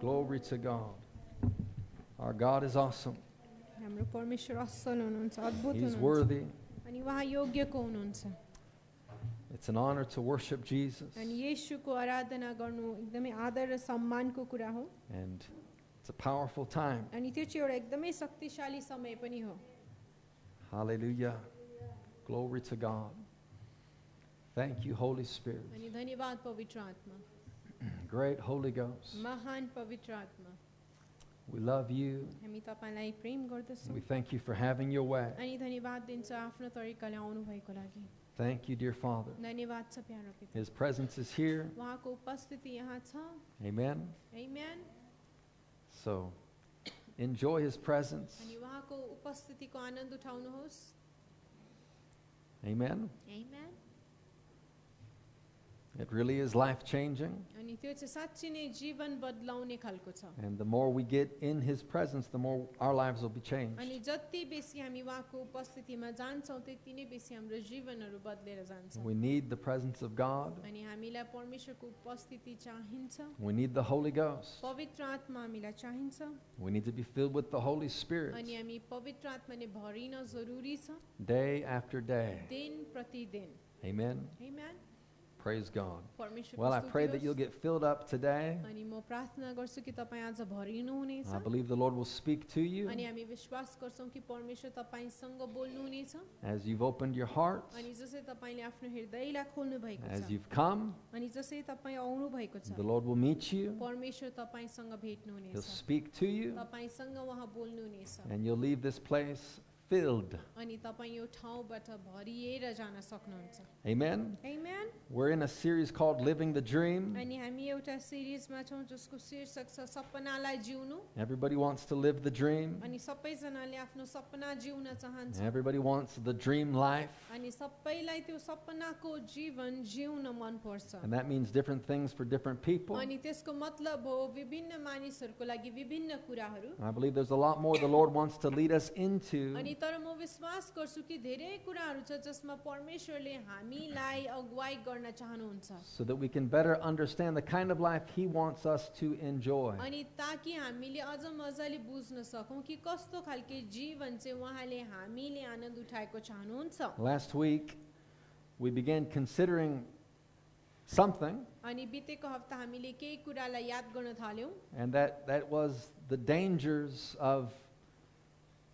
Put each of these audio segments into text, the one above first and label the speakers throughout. Speaker 1: Glory to God. Our God is awesome.
Speaker 2: हाम्रो परमेश्वर असल हुनुहुन्छ अद्भुत
Speaker 1: He's
Speaker 2: हुनुहुन्छ
Speaker 1: worthy.
Speaker 2: अनि उहाँ योग्यको हुनुहुन्छ
Speaker 1: It's an honor to worship Jesus.
Speaker 2: अनि येशूको आराधना गर्नु एकदमै आदर र सम्मानको कुरा हो
Speaker 1: And it's a powerful time.
Speaker 2: अनि त्यो चाहिँ एउटा एकदमै शक्तिशाली समय पनि हो
Speaker 1: Hallelujah. Glory to God. Thank you, Holy Spirit.
Speaker 2: अनि धन्यवाद पवित्र आत्मा
Speaker 1: Great Holy Ghost.
Speaker 2: महान पवित्र आत्मा
Speaker 1: We love you.
Speaker 2: हामी तपाईँलाई प्रेम गर्दछौँ
Speaker 1: We thank you for having your way.
Speaker 2: अनि धन्यवाद दिन्छ आफ्नो तरिकाले आउनुभएको लागि
Speaker 1: Thank you, dear Father.
Speaker 2: धन्यवाद छ प्यारो पिता
Speaker 1: His presence is here.
Speaker 2: उहाँको उपस्थिति यहाँ छ
Speaker 1: Amen.
Speaker 2: Amen.
Speaker 1: So enjoy his presence.
Speaker 2: अनि उहाँको उपस्थितिको आनन्द उठाउनुहोस्
Speaker 1: Amen.
Speaker 2: Amen.
Speaker 1: It really is life changing.
Speaker 2: अनि त्यो चाहिँ साँच्ची नै जीवन बदलाउने खालको छ
Speaker 1: And the more we get in his presence, the more our lives will be changed.
Speaker 2: अनि जति बेसी हामी उहाँको उपस्थितिमा जान्छौँ त्यति नै बेसी हाम्रो जीवनहरू बदलेर जान्छ
Speaker 1: We need the presence of God.
Speaker 2: अनि हामीलाई परमेश्वरको उपस्थिति चाहिन्छ
Speaker 1: We need the Holy Ghost.
Speaker 2: पवित्र आत्मा हामीलाई चाहिन्छ
Speaker 1: We need to be filled with the Holy Spirit
Speaker 2: अनि हामी पवित्र आत्माले भरिन जरुरी छ
Speaker 1: day after day.
Speaker 2: दिन प्रतिदिन
Speaker 1: Amen.
Speaker 2: Amen.
Speaker 1: Praise God.
Speaker 2: परमेश्वरको
Speaker 1: Well, I
Speaker 2: स्तुति
Speaker 1: pray that
Speaker 2: होस्।
Speaker 1: you'll get filled up today.
Speaker 2: अनि म प्रार्थना गर्छु कि तपाईँ आज भरिनुहुनेछ
Speaker 1: I believe the Lord will speak to you
Speaker 2: अनि हामी विश्वास गर्छौँ कि परमेश्वर तपाईँसँग बोल्नुहुनेछ
Speaker 1: as you've opened your hearts,
Speaker 2: अनि जसरी तपाईँले आफ्नो हृदयलाई खोल्नु भएको
Speaker 1: as
Speaker 2: छ
Speaker 1: you've come.
Speaker 2: अनि जसरी तपाईँ आउनु भएको छ
Speaker 1: The Lord will meet you,
Speaker 2: परमेश्वर तपाईँसँग भेट्नुहुनेछ
Speaker 1: He'll speak to you,
Speaker 2: तपाईँसँग उहाँ बोल्नुहुनेछ
Speaker 1: and you'll leave this place filled.
Speaker 2: अनि तपाईँ यो ठाउँबाट भरिएर जान सक्नुहुन्छ
Speaker 1: Amen.
Speaker 2: Amen.
Speaker 1: We're in a series called Living the Dream.
Speaker 2: अनि हामी एउटा सिरिजमा छौँ जसको शीर्षक छ सपनालाई जिउनु
Speaker 1: Everybody wants to live the dream,
Speaker 2: अनि सबैजनाले आफ्नो सपना जिउन चाहन्छ
Speaker 1: everybody wants the dream life.
Speaker 2: अनि सबैलाई त्यो सपनाको जीवन जिउन मनपर्छ
Speaker 1: And that means different things for different people.
Speaker 2: अनि त्यसको मतलब हो विभिन्न मानिसहरूको लागि विभिन्न कुराहरू
Speaker 1: I believe there's a lot more the Lord wants to lead us into
Speaker 2: अनि तर म विश्वास गर्छु कि धेरै कुराहरू छ जसमा परमेश्वरले हामीलाई अगुवाई गर्न चाहनुहुन्छ
Speaker 1: so that we can better understand the kind of life He wants us to enjoy.
Speaker 2: अनि ताकि हामीले अझ मजाले बुझ्न सकौँ कि कस्तो खालके जीवन चाहिँ उहाँले हामीले आनन्द उठाएको चाहनुहुन्छ
Speaker 1: Last week, we began considering something,
Speaker 2: अनि बितेको हप्ता हामीले केही कुरालाई याद गर्न थाल्यौँ
Speaker 1: and that, that was the dangers of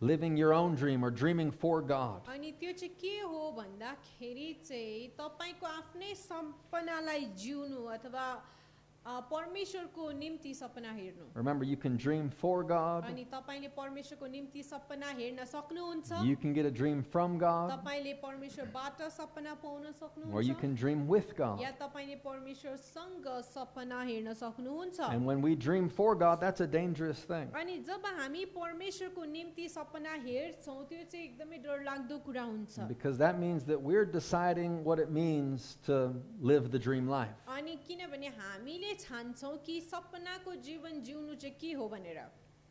Speaker 1: living your own dream or dreaming for God.
Speaker 2: अनि त्यो चाहिँ के हो भन्दाखेरि चाहिँ तपाईँको आफ्नै सपनालाई जिउनु अथवा अ, परमेश्वरको निम्ति सपना हेर्नु
Speaker 1: Remember, you can dream for God,
Speaker 2: अनि तपाईँले परमेश्वरको निम्ति सपना हेर्न सक्नुहुन्छ
Speaker 1: you can get a dream from God,
Speaker 2: तपाईँले परमेश्वरबाट सपना पाउन
Speaker 1: or you
Speaker 2: सक्नुहुन्छ
Speaker 1: can dream with God.
Speaker 2: या तपाईँले परमेश्वरसँग सपना हेर्न सक्नुहुन्छ
Speaker 1: And when we dream for God, that's a dangerous thing.
Speaker 2: अनि जब हामी परमेश्वरको निम्ति सपना हेर्छौँ त्यो चाहिँ एकदमै डरलाग्दो कुरा हुन्छ
Speaker 1: Because that means that we're deciding what it means to live the dream life.
Speaker 2: अनि किनभने हामीले छान्छौँ कि सपनाको जीवन जिउनु चाहिँ के हो भनेर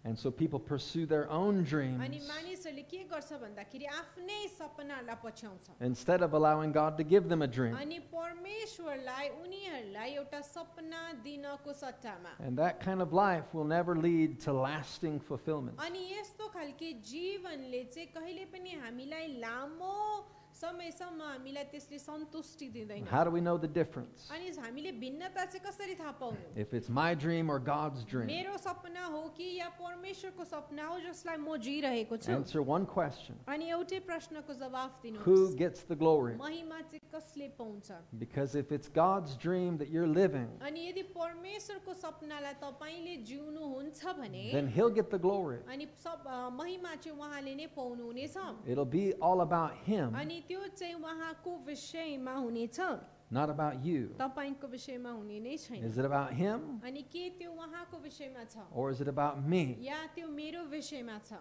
Speaker 1: And so people pursue their own
Speaker 2: अनि
Speaker 1: dreams
Speaker 2: मानिसहरूले के गर्छ भन्दाखेरि आफ्नै सपनाहरूलाई पछ्याउँछ
Speaker 1: instead of allowing God to give them a dream.
Speaker 2: अनि परमेश्वरलाई उनीहरूलाई एउटा सपना दिनको सट्टामा
Speaker 1: And that kind of life will never lead to lasting fulfillment.
Speaker 2: अनि यस्तो खालके जीवनले चाहिँ कहिले पनि हामीलाई लामो समयसम्म हामीलाई त्यसले सन्तुष्टि दिँदैन
Speaker 1: How do we know the difference?
Speaker 2: अनि हामीले भिन्नता चाहिँ कसरी थाहा पाउनु
Speaker 1: If it's my dream or God's dream?
Speaker 2: मेरो सपना हो कि या परमेश्वरको सपना हो जसलाई म जिरहेको छु
Speaker 1: Answer one question
Speaker 2: अनि एउटै प्रश्नको जवाफ
Speaker 1: Who
Speaker 2: दिनुहोस्
Speaker 1: gets the glory?
Speaker 2: महिमा चाहिँ कसले पाउँछ
Speaker 1: Because if it's God's dream that you're living,
Speaker 2: अनि यदि परमेश्वरको सपनालाई तपाईँले जिउनुहुन्छ भने
Speaker 1: then He'll get the glory.
Speaker 2: अनि सब अ, महिमा चाहिँ उहाँले नै पाउनुहुनेछ
Speaker 1: It'll be all about Him,
Speaker 2: अनि त्यो चाहिँ उहाँको विषयमा हुनेछ
Speaker 1: not about you.
Speaker 2: तपाईँको विषयमा हुने नै छैन
Speaker 1: Is it about Him
Speaker 2: अनि के त्यो उहाँको विषयमा छ
Speaker 1: or is it about me?
Speaker 2: या त्यो मेरो विषयमा छ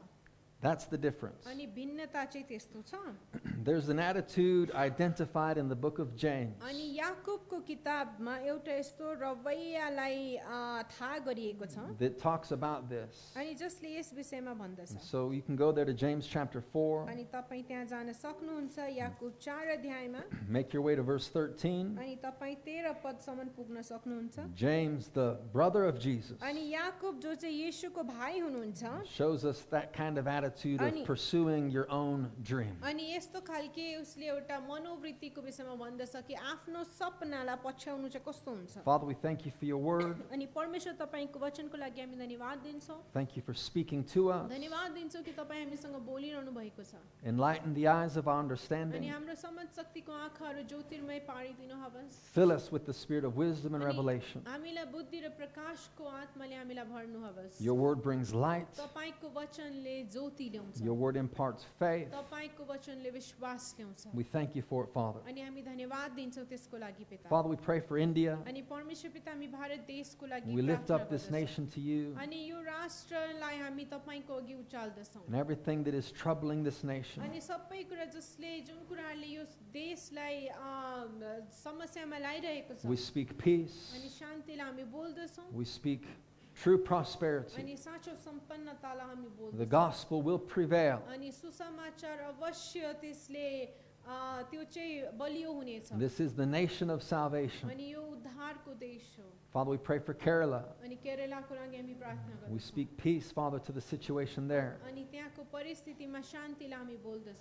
Speaker 1: That's the difference.
Speaker 2: अनि भिन्नता चाहिँ त्यस्तो छ
Speaker 1: There's an attitude identified in the book of James.
Speaker 2: अनि याकुबको किताबमा एउटा यस्तो रवैयालाई अ, थाहा गरिएको छ
Speaker 1: that talks about this.
Speaker 2: अनि जसले यस विषयमा भन्दछ
Speaker 1: And so you can go there to James chapter 4,
Speaker 2: अनि तपाईँ त्यहाँ जान सक्नुहुन्छ याकुब चार अध्यायमा
Speaker 1: make your way to verse 13.
Speaker 2: अनि तपाईँ तेह्र पदसम्म पुग्न सक्नुहुन्छ
Speaker 1: James, the brother of Jesus,
Speaker 2: अनि याकुब जो चाहिँ येशूको भाइ हुनुहुन्छ
Speaker 1: shows us that kind of attitude of
Speaker 2: Ani-
Speaker 1: pursuing your own dream.
Speaker 2: अनि यस्तो खालके उसले एउटा मनोवृत्तिको विषयमा भन्दछ कि आफ्नो सपनालाई पछ्याउनु चाहिँ कस्तो हुन्छ
Speaker 1: Father, we thank you for your word.
Speaker 2: अनि परमेश्वर तपाईँको वचनको लागि हामी धन्यवाद दिन्छौँ
Speaker 1: Thank you for speaking to us.
Speaker 2: धन्यवाद दिन्छौँ कि तपाईँ हामीसँग बोलिरहनु भएको छ
Speaker 1: Enlighten the eyes of our
Speaker 2: अनि
Speaker 1: understanding.
Speaker 2: हाम्रो समाज शक्तिको आँखाहरू ज्योतिर्मय पारिदिनु हवस्
Speaker 1: Fill us with the spirit of wisdom and
Speaker 2: Ani-
Speaker 1: revelation.
Speaker 2: हामीलाई बुद्धि र प्रकाशको आत्माले हामीलाई भर्नु हवस्
Speaker 1: Your word brings light.
Speaker 2: तपाईँको वचनले ज्योति ल्याउँछ
Speaker 1: Your word imparts faith.
Speaker 2: तपाईँको वचनले विश्वास ल्याउँछ
Speaker 1: We thank you for it, Father.
Speaker 2: अनि हामी धन्यवाद दिन्छौँ त्यसको लागि पिता
Speaker 1: Father, we pray for India.
Speaker 2: अनि परमेश्वर पिता हामी भारत देशको लागि
Speaker 1: We lift
Speaker 2: प्रार्थना
Speaker 1: up this
Speaker 2: गर्दछौँ।
Speaker 1: nation to you.
Speaker 2: अनि यो राष्ट्रलाई हामी तपाईँको अघि उचाल्दछौँ
Speaker 1: and everything that is troubling this nation.
Speaker 2: अनि सबै कुरा जसले जुन कुराहरूले यो देशलाई अम, समस्यामा ल्याइरहेको छ
Speaker 1: We speak peace.
Speaker 2: अनि शान्तिलाई हामी बोल्दछौँ
Speaker 1: We speak true
Speaker 2: अनि
Speaker 1: prosperity.
Speaker 2: साँचो सम्पन्नतालाई हामी
Speaker 1: The
Speaker 2: बोल्दछौँ
Speaker 1: gospel will prevail.
Speaker 2: अनि सुसमाचार अवश्य त्यसले अ, त्यो चाहिँ बलियो हुनेछ
Speaker 1: This is the nation of salvation.
Speaker 2: अनि यो उद्धारको देश हो
Speaker 1: Father, we pray for Kerala.
Speaker 2: अनि केरलाको लागि हामी प्रार्थना
Speaker 1: We
Speaker 2: गर्छौँ
Speaker 1: speak peace, Father, to the situation there.
Speaker 2: अनि त्यहाँको परिस्थितिमा शान्तिलाई हामी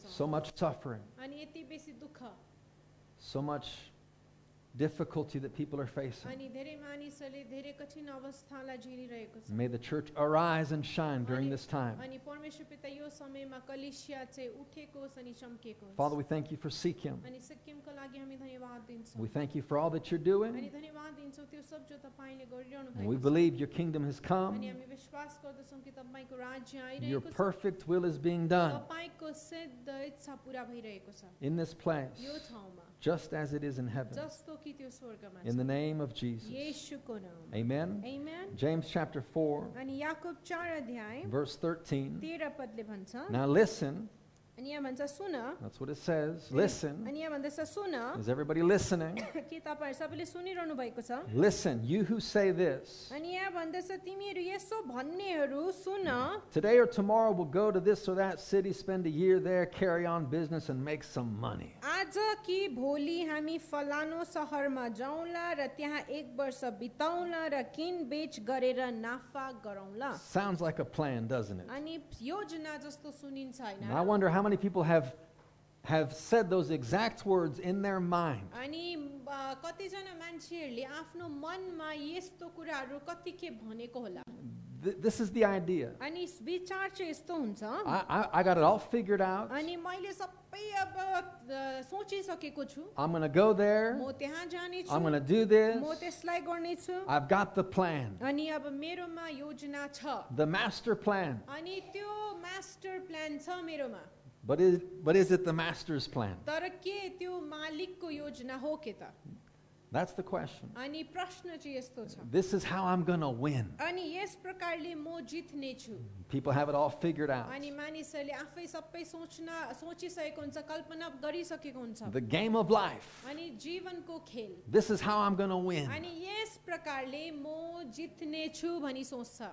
Speaker 1: So
Speaker 2: बोल्दछौँ
Speaker 1: much suffering,
Speaker 2: अनि यति बेसी दुःख
Speaker 1: so much difficulty that people are facing.
Speaker 2: अनि धेरै मानिसहरूले धेरै कठिन अवस्थालाई झेलिरहेको छ
Speaker 1: May the church arise and shine during this time.
Speaker 2: अनि परमेश्वर पिता यो समयमा कलिसिया चाहिँ उठेको होस् अनि चम्केको होस्।
Speaker 1: Father, we thank you for Sikkim.
Speaker 2: अनि सिक्किमको लागि हामी धन्यवाद दिन्छौँ
Speaker 1: We thank you for all that you're
Speaker 2: अनि
Speaker 1: doing.
Speaker 2: धन्यवाद दिन्छौँ त्यो सब जो तपाईँले गरिरहनु
Speaker 1: And we
Speaker 2: भएको छ
Speaker 1: believe your kingdom has
Speaker 2: अनि
Speaker 1: come.
Speaker 2: हामी विश्वास गर्दछौँ कि तपाईँको राज्य
Speaker 1: Your
Speaker 2: आइरहेको छ
Speaker 1: perfect will is being done.
Speaker 2: तपाईँको सिद्ध इच्छा पुरा भइरहेको छ
Speaker 1: in this place,
Speaker 2: यो ठाउँमा
Speaker 1: just as it is in heaven,
Speaker 2: जस्तो कि त्यो स्वर्गमा
Speaker 1: in
Speaker 2: छ
Speaker 1: the name of Jesus.
Speaker 2: येशूको नाम
Speaker 1: Amen.
Speaker 2: Amen.
Speaker 1: James chapter 4,
Speaker 2: अनि याकुब चार अध्याय
Speaker 1: verse 13.
Speaker 2: तेह्र पदले भन्छ
Speaker 1: Now listen,
Speaker 2: अनि यहाँ भन्छ सुन
Speaker 1: that's what it says. Listen. uh,
Speaker 2: अनि यहाँ भन्दछ सुन
Speaker 1: Is everybody listening?
Speaker 2: के तपाईँहरू सबैले सुनिरहनु भएको छ
Speaker 1: Listen, you who say this,
Speaker 2: अनि यहाँ भन्दछ तिमीहरू यसो भन्नेहरू सुन
Speaker 1: today or tomorrow we'll go to this or that city, spend a year there, carry on business, and make some money.
Speaker 2: आज कि भोलि हामी फलानो सहरमा जाउँला र त्यहाँ एक वर्ष बिताउँला र किनबेच गरेर नाफा गरौँला
Speaker 1: Sounds like a plan, doesn't it?
Speaker 2: अनि योजना जस्तो सुनिन्छ
Speaker 1: And I
Speaker 2: होइन
Speaker 1: wonder how many people have, have said those exact words in their mind.
Speaker 2: अनि अ, कतिजना मान्छेहरूले आफ्नो मनमा यस्तो कुराहरू कति के भनेको होला
Speaker 1: Th- this is the idea.
Speaker 2: अनि विचार चाहिँ यस्तो हुन्छ
Speaker 1: I, I, I got it all figured out.
Speaker 2: अनि मैले सबै अब अ, सोचिसकेको छु
Speaker 1: I'm going to go there.
Speaker 2: म त्यहाँ जानेछु
Speaker 1: I'm going to do
Speaker 2: म
Speaker 1: this.
Speaker 2: त्यसलाई गर्नेछु
Speaker 1: I've got the plan,
Speaker 2: अनि अब मेरोमा योजना छ
Speaker 1: the master plan.
Speaker 2: अनि त्यो मास्टर प्लान छ मेरोमा
Speaker 1: But is, but is it the master's plan?
Speaker 2: तर के त्यो मालिकको योजना हो के त
Speaker 1: That's the question.
Speaker 2: अनि प्रश्न चाहिँ यस्तो छ
Speaker 1: This is how I'm going to win.
Speaker 2: अनि यस प्रकारले म जित्नेछु
Speaker 1: People have it all figured out.
Speaker 2: अनि मानिसहरूले आफै सबै सोच्न सोचिसकेको हुन्छ कल्पना गरिसकेको हुन्छ
Speaker 1: The game of life.
Speaker 2: अनि जीवनको खेल
Speaker 1: This is how I'm going to win.
Speaker 2: अनि यस प्रकारले म जित्नेछु भनी सोच्छ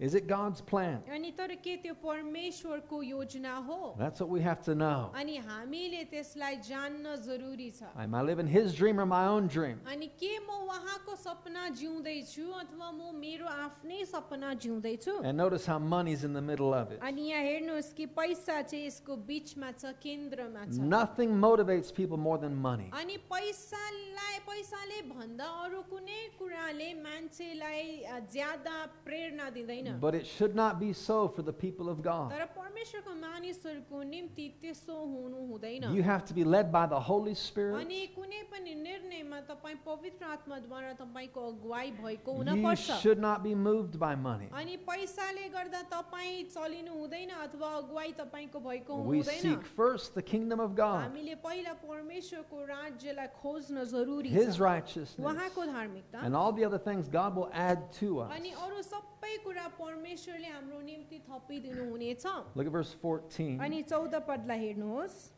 Speaker 1: Is it God's plan?
Speaker 2: अनि तर के त्यो परमेश्वरको योजना हो
Speaker 1: That's what we have to know.
Speaker 2: अनि हामीले त्यसलाई जान्न जरुरी छ
Speaker 1: Am I living his dream or my own dream?
Speaker 2: अनि के म उहाँको सपना जिउँदैछु अथवा म मेरो आफ्नै सपना जिउँदैछु
Speaker 1: And notice how money's in the middle of it.
Speaker 2: अनि यहाँ हेर्नुहोस् कि पैसा चाहिँ यसको बिचमा छ केन्द्रमा छ
Speaker 1: Nothing motivates people more than money.
Speaker 2: अनि पैसालाई पैसाले भन्दा अरू कुनै कुराले मान्छेलाई अ, ज्यादा प्रेरणा दिँदैन
Speaker 1: But it should not be so for the people of God.
Speaker 2: तर परमेश्वरको मानिसहरूको निम्ति त्यसो हुनु हुँदैन
Speaker 1: You have to be led by the Holy Spirit.
Speaker 2: अनि कुनै पनि निर्णयमा तपाईँ पवित्र आत्माद्वारा तपाईँको अगुवाई भएको
Speaker 1: You
Speaker 2: हुनपर्छ
Speaker 1: should not be moved by money.
Speaker 2: अनि पैसाले गर्दा तपाईँ चलिनु हुँदैन अथवा अगुवाई तपाईँको भएको हुनु
Speaker 1: We
Speaker 2: हुँदैन
Speaker 1: seek first the kingdom of God,
Speaker 2: हामीले पहिला परमेश्वरको राज्यलाई खोज्न जरुरी
Speaker 1: His
Speaker 2: छ
Speaker 1: righteousness,
Speaker 2: उहाँको धार्मिकता
Speaker 1: and all the other things God will add to us.
Speaker 2: अनि अरू सबै कुरा परमेश्वरले हाम्रो निम्ति थपिदिनु हुनेछ
Speaker 1: Look at verse 14.
Speaker 2: अनि चौध पदलाई हेर्नुहोस्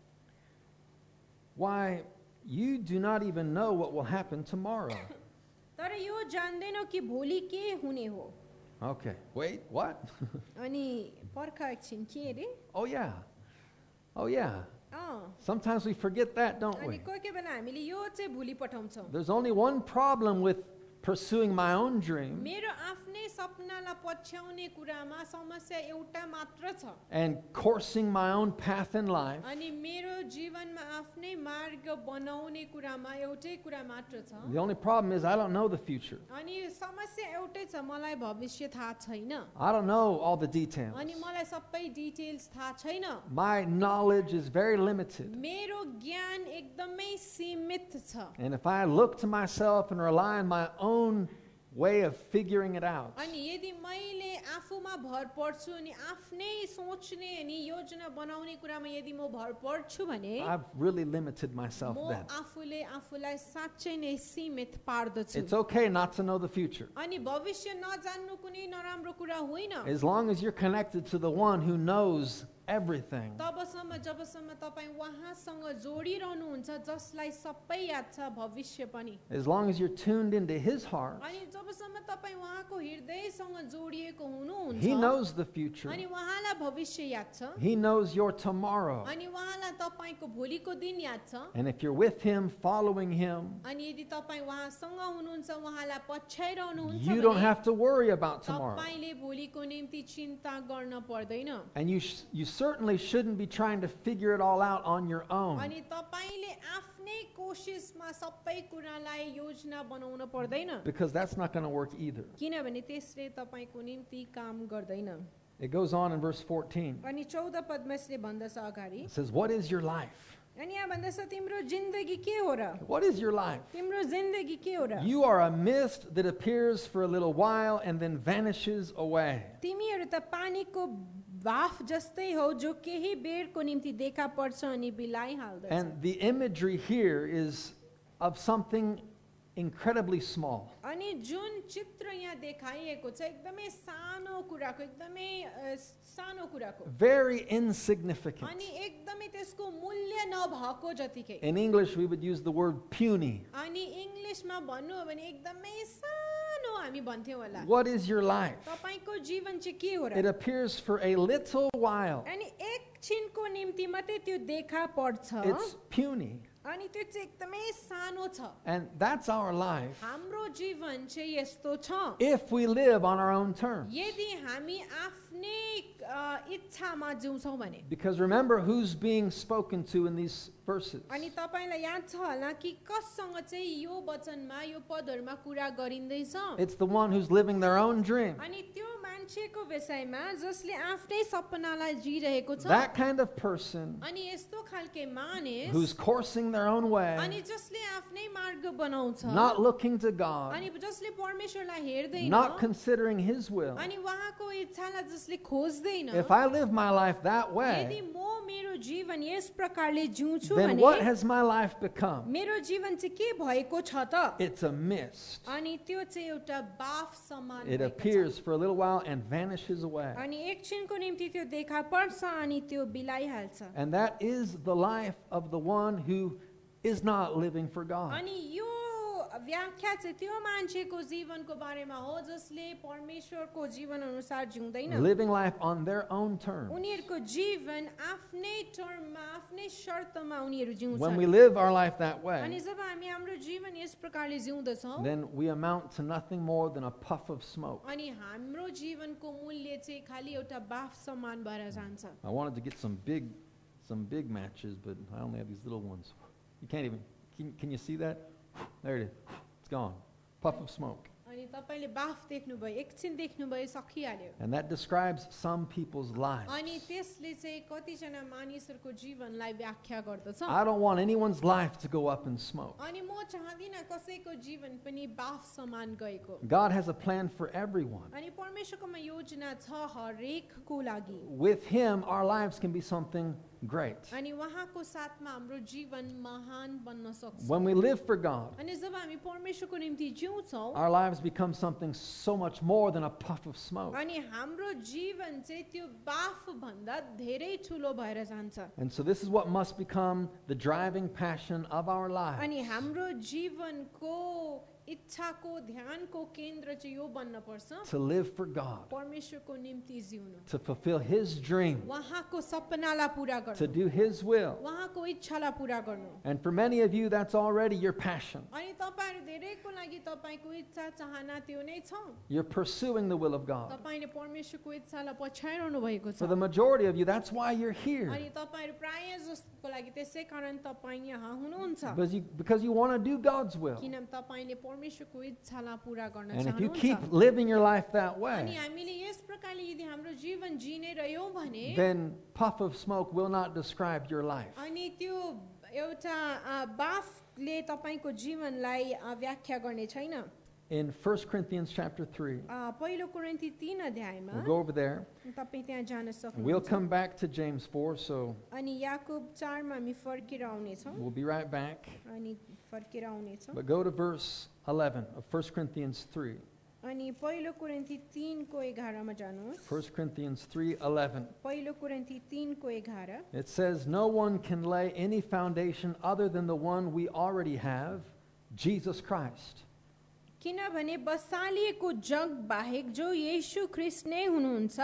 Speaker 1: Why, you do not even know what will happen tomorrow.
Speaker 2: तर यो जान्दैनौ कि भोलि के हुने हो
Speaker 1: Okay, wait, what?
Speaker 2: अनि पर्ख एकछिन के अरे
Speaker 1: oh, yeah. Oh, yeah.
Speaker 2: Uh
Speaker 1: Sometimes we forget that, don't
Speaker 2: अनि
Speaker 1: we?
Speaker 2: कोही कोही बेला हामीले यो चाहिँ भुलि पठाउँछौँ
Speaker 1: There's only one problem with pursuing my own dream
Speaker 2: मेरो आफ्नै सपनालाई पछ्याउने कुरामा समस्या एउटा मात्र छ
Speaker 1: and coursing my own path in life
Speaker 2: अनि मेरो जीवनमा आफ्नै मार्ग बनाउने कुरामा एउटै कुरा मात्र छ
Speaker 1: The only problem is I don't know the future.
Speaker 2: अनि समस्या एउटै छ मलाई भविष्य थाहा छैन
Speaker 1: I don't know all the details.
Speaker 2: अनि मलाई सबै डिटेल्स थाहा छैन
Speaker 1: My knowledge is very limited.
Speaker 2: मेरो ज्ञान एकदमै सीमित छ
Speaker 1: And if I look to myself and rely on my own way of figuring it out,
Speaker 2: अनि यदि मैले आफूमा भर पर्छु अनि आफ्नै सोच्ने अनि योजना बनाउने कुरामा यदि म भर पर्छु भने
Speaker 1: I've really limited myself
Speaker 2: म
Speaker 1: then.
Speaker 2: आफूले आफूलाई साँच्चै नै सीमित
Speaker 1: It's
Speaker 2: पार्दछु
Speaker 1: okay not to know the future.
Speaker 2: अनि भविष्य नजान्नु कुनै नराम्रो कुरा होइन
Speaker 1: As long as you're connected to the one who knows everything,
Speaker 2: तबसम्म जबसम्म तपाईँ उहाँसँग जोडिरहनुहुन्छ जसलाई सबै याद छ भविष्य पनि
Speaker 1: as long as you're tuned into his heart,
Speaker 2: अनि जबसम्म तपाईँ उहाँको हृदयसँग जोडिएको हुनुहुन्छ
Speaker 1: he knows the future.
Speaker 2: अनि उहाँलाई भविष्य याद छ
Speaker 1: He knows your tomorrow.
Speaker 2: अनि उहाँलाई तपाईँको भोलिको दिन याद छ
Speaker 1: And if you're with him, following him,
Speaker 2: अनि यदि तपाईँ उहाँसँग हुनुहुन्छ उहाँलाई पछ्याइरहनुहुन्छ
Speaker 1: you don't
Speaker 2: भने
Speaker 1: have to worry about tomorrow.
Speaker 2: तपाईँले भोलिको निम्ति चिन्ता गर्न पर्दैन
Speaker 1: And you, sh- you certainly shouldn't be trying to figure it all out on your own.
Speaker 2: अनि तपाईँले आफ्नै कोसिसमा सबै कुरालाई योजना बनाउन पर्दैन
Speaker 1: Because that's not going to work either.
Speaker 2: किनभने त्यसले तपाईँको निम्ति काम गर्दैन
Speaker 1: It goes on in verse 14.
Speaker 2: अनि चौध पदमा यसले भन्दछ अगाडि
Speaker 1: It says, What is your life?
Speaker 2: अनि यहाँ भन्दछ तिम्रो जिन्दगी के हो र
Speaker 1: What is your life?
Speaker 2: तिम्रो जिन्दगी के हो र
Speaker 1: You are a mist that appears for a little while and then vanishes away.
Speaker 2: तिमीहरू त पानीको भाफ जस्तै हो जो केही बेरको निम्ति देखा पर्छ अनि बिलाइहाल्दछ
Speaker 1: And the imagery here is of something incredibly small.
Speaker 2: अनि जुन चित्र यहाँ देखाइएको छ एकदमै सानो कुराको एकदमै अ, सानो कुराको
Speaker 1: Very insignificant.
Speaker 2: अनि एकदमै त्यसको मूल्य नभएको जतिकै
Speaker 1: In English, we would use the word puny.
Speaker 2: अनि इङ्ग्लिसमा भन्नु हो भने एकदमै सानो हामी भन्थ्यौँ होला
Speaker 1: What is your life?
Speaker 2: तपाईँको जीवन चाहिँ के हो
Speaker 1: It
Speaker 2: raw
Speaker 1: appears for a little while.
Speaker 2: अनि एकछिनको निम्ति मात्रै त्यो देखा पर्छ
Speaker 1: It's puny.
Speaker 2: अनि त्यो चाहिँ एकदमै सानो छ
Speaker 1: And that's our life
Speaker 2: हाम्रो जीवन चाहिँ यस्तो छ
Speaker 1: if we live on our own terms.
Speaker 2: यदि हामी आफ्नै अ, इच्छामा जिउँछौँ भने
Speaker 1: Because remember who's being spoken to in these verses.
Speaker 2: अनि तपाईँलाई याद छ होला कि कससँग चाहिँ यो वचनमा यो पदहरूमा कुरा गरिँदैछ
Speaker 1: It's the one who's living their own dream.
Speaker 2: अनि त्यो मान्छेको विषयमा जसले आफ्नै सपनालाई जिरहेको छ
Speaker 1: That kind of person
Speaker 2: अनि यस्तो खालके मानिस
Speaker 1: who's coursing their own
Speaker 2: अनि
Speaker 1: way,
Speaker 2: जसले आफ्नै मार्ग बनाउँछ
Speaker 1: not looking to God,
Speaker 2: अनि जसले परमेश्वरलाई हेर्दैन
Speaker 1: not considering His will.
Speaker 2: अनि उहाँको इच्छालाई जसले खोज्दैन
Speaker 1: If I live my life that
Speaker 2: यदि
Speaker 1: way,
Speaker 2: म मेरो जीवन यस प्रकारले जिउँछु
Speaker 1: then what
Speaker 2: भने
Speaker 1: has my life become?
Speaker 2: मेरो जीवन चाहिँ के भएको छ त
Speaker 1: It's a mist.
Speaker 2: अनि त्यो चाहिँ एउटा बाफ समान
Speaker 1: It
Speaker 2: भएको छ।
Speaker 1: appears for a little while and vanishes away.
Speaker 2: अनि एकछिनको निम्ति त्यो देखा पर्छ अनि त्यो बिलाइहाल्छ
Speaker 1: And that is the life of the one who is not living for God.
Speaker 2: अनि यो व्याख्या चाहिँ त्यो मान्छेको जीवनको बारेमा हो जसले परमेश्वरको जीवन अनुसार जिउँदैन
Speaker 1: Living life on their own terms.
Speaker 2: उनीहरूको जीवन आफ्नै टर्ममा आफ्नै शर्तमा उनीहरू
Speaker 1: When we
Speaker 2: जिउँछन्
Speaker 1: live our life that
Speaker 2: अनि
Speaker 1: way,
Speaker 2: जब हामी हाम्रो जीवन यस प्रकारले जिउँदछौँ
Speaker 1: then we amount to nothing more than a puff of smoke.
Speaker 2: अनि हाम्रो जीवनको मूल्य चाहिँ खालि एउटा बाफ समान भएर जान्छ
Speaker 1: I wanted to get some big, some big matches, but I only have these little ones. You can't even, can, can you see that? There it is. It's gone. Puff of smoke.
Speaker 2: अनि तपाईँले बाफ देख्नुभयो एकछिन देख्नुभयो सकिहाल्यो
Speaker 1: And that describes some people's lives.
Speaker 2: अनि त्यसले चाहिँ कतिजना मानिसहरूको जीवनलाई व्याख्या गर्दछ
Speaker 1: I don't want anyone's life to go up in smoke.
Speaker 2: अनि म चाहदिनँ कसैको जीवन पनि बाफ समान गएको
Speaker 1: God has a plan for everyone.
Speaker 2: अनि परमेश्वरकोमा योजना छ हरेकको लागि
Speaker 1: with him our lives can be something great.
Speaker 2: अनि उहाँको साथमा हाम्रो जीवन महान बन्न सक्छ
Speaker 1: When we live for God,
Speaker 2: अनि जब हामी परमेश्वरको निम्ति जिउँछौँ
Speaker 1: our lives become something so much more than a puff of smoke.
Speaker 2: अनि हाम्रो जीवन चाहिँ त्यो बाफ भन्दा धेरै ठुलो भएर जान्छ
Speaker 1: And so this is what must become the driving passion of our lives.
Speaker 2: अनि हाम्रो जीवनको इच्छाको ध्यानको केन्द्र चाहिँ यो बन्न पर्छ
Speaker 1: To live for God,
Speaker 2: परमेश्वरको निम्ति जिउनु
Speaker 1: to fulfill His dream,
Speaker 2: उहाँको सपनालाई पुरा
Speaker 1: to
Speaker 2: गर्नु
Speaker 1: do His will.
Speaker 2: उहाँको इच्छालाई पुरा गर्नु
Speaker 1: And for many of you, that's already your passion.
Speaker 2: अनि तपाईँहरू धेरैको लागि तपाईँको इच्छा चाहना त्यो नै छ
Speaker 1: You're pursuing the will of God.
Speaker 2: तपाईँले परमेश्वरको इच्छालाई पछ्याइरहनु भएको छ
Speaker 1: For the majority of you, that's why you're
Speaker 2: अनि
Speaker 1: here.
Speaker 2: तपाईँहरू प्राय जसको लागि त्यसै कारण तपाईँ यहाँ हुनुहुन्छ
Speaker 1: Because you, because you want to do God's will.
Speaker 2: किनभने तपाईँले परमेश्वरको इच्छालाई पुरा गर्न
Speaker 1: And if you keep
Speaker 2: चाहनुहुन्छ
Speaker 1: living your life that
Speaker 2: अनि
Speaker 1: way,
Speaker 2: हामीले यस प्रकारले यदि हाम्रो जीवन जिने रह्यौँ भने
Speaker 1: then puff of smoke will not describe your life.
Speaker 2: अनि त्यो एउटा अ, बाफले तपाईँको जीवनलाई अ, व्याख्या गर्ने छैन अ,
Speaker 1: In 1 Corinthians chapter 3,
Speaker 2: पहिलो कुरन्ती तिन अध्यायमा
Speaker 1: we'll go over there.
Speaker 2: तपाईँ त्यहाँ जान
Speaker 1: We'll
Speaker 2: सक्नुहुन्छ
Speaker 1: come back to James 4, so
Speaker 2: अनि याकुब चारमा हामी फर्केर आउनेछौँ
Speaker 1: we'll be right back.
Speaker 2: अनि फर्केर आउनेछौँ
Speaker 1: But go to verse 11 of 1 Corinthians 3.
Speaker 2: अनि पहिलो कुरन्ती तिनको एघारमा जानुहोस्
Speaker 1: 1 Corinthians 3 11.
Speaker 2: पहिलो कुरन्ती तिनको एघार
Speaker 1: It says, No one can lay any foundation other than the one we already have, Jesus Christ.
Speaker 2: किनभने बसालिएको जग बाहेक जो येशू ख्रिस्ट नै हुनुहुन्छ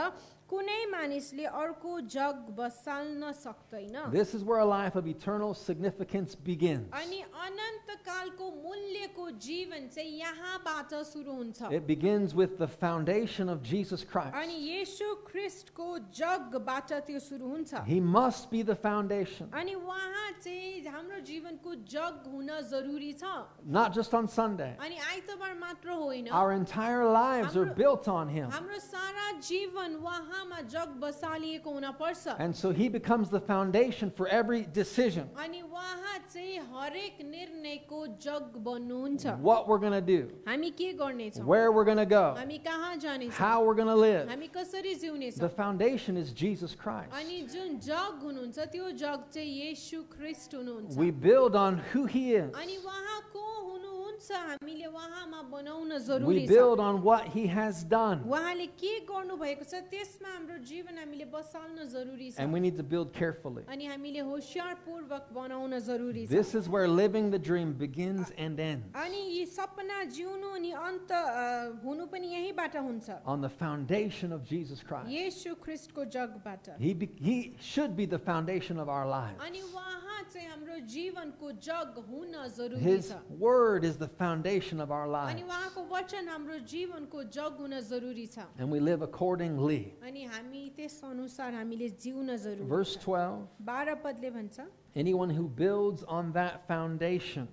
Speaker 2: कुनै मानिसले अर्को जग बसाल्न सक्दैन
Speaker 1: This is where a life of eternal significance begins.
Speaker 2: अनि अनन्तकालको मूल्यको जीवन चाहिँ यहाँबाट सुरु हुन्छ
Speaker 1: It begins with the foundation of Jesus Christ.
Speaker 2: अनि येशू ख्रिस्टको जगबाट त्यो सुरु हुन्छ
Speaker 1: He must be the foundation,
Speaker 2: अनि उहाँ चाहिँ हाम्रो जीवनको जग हुन जरुरी छ
Speaker 1: not just on Sunday.
Speaker 2: अनि आइतबार मात्र होइन
Speaker 1: Our entire lives are
Speaker 2: Hamro-
Speaker 1: built on Him.
Speaker 2: हाम्रो सारा जीवन उहाँमा जग बसालिएको हुन पर्छ
Speaker 1: And so He becomes the foundation for every decision
Speaker 2: अनि उहाँ चाहिँ हरेक निर्णयको जग बन्नुहुन्छ
Speaker 1: what we're going to do,
Speaker 2: हामी के गर्नेछौँ
Speaker 1: where we're going to go,
Speaker 2: हामी कहाँ जानेछौँ
Speaker 1: how we're going to live.
Speaker 2: हामी कसरी
Speaker 1: The
Speaker 2: जिउनेछौँ
Speaker 1: foundation is Jesus Christ.
Speaker 2: अनि जुन जग हुनुहुन्छ त्यो जग चाहिँ येशू ख्रिस्ट हुनुहुन्छ
Speaker 1: We build on who He is.
Speaker 2: अनि उहाँ को हुनुहुन्छ हामीले उहाँमा बनाउन
Speaker 1: We
Speaker 2: जरुरी छ
Speaker 1: build on what He has done.
Speaker 2: उहाँले के गर्नुभएको छ त्यसमा हाम्रो जीवन हामीले बसाल्न जरुरी छ
Speaker 1: And we need to build carefully.
Speaker 2: अनि हामीले होसियारपूर्वक बनाउन जरुरी छ
Speaker 1: This is where living the dream begins and ends
Speaker 2: अनि यी सपना जिउनु अनि अन्त अ, हुनु पनि यहीँबाट हुन्छ
Speaker 1: on the foundation of Jesus Christ.
Speaker 2: येशू ख्रिस्टको जगबाट
Speaker 1: He, be, he should be the foundation of our lives.
Speaker 2: अनि उहाँ चाहिँ हाम्रो जीवनको जग हुन जरुरी
Speaker 1: His
Speaker 2: छ
Speaker 1: word is the foundation of our lives.
Speaker 2: अनि उहाँको वचन हाम्रो जीवनको जग हुन जरुरी छ
Speaker 1: And we live accordingly.
Speaker 2: अनि हामी त्यस अनुसार हामीले जिउन जरुरी
Speaker 1: Verse 12
Speaker 2: बाह्र पदले भन्छ
Speaker 1: Anyone who builds on that foundation,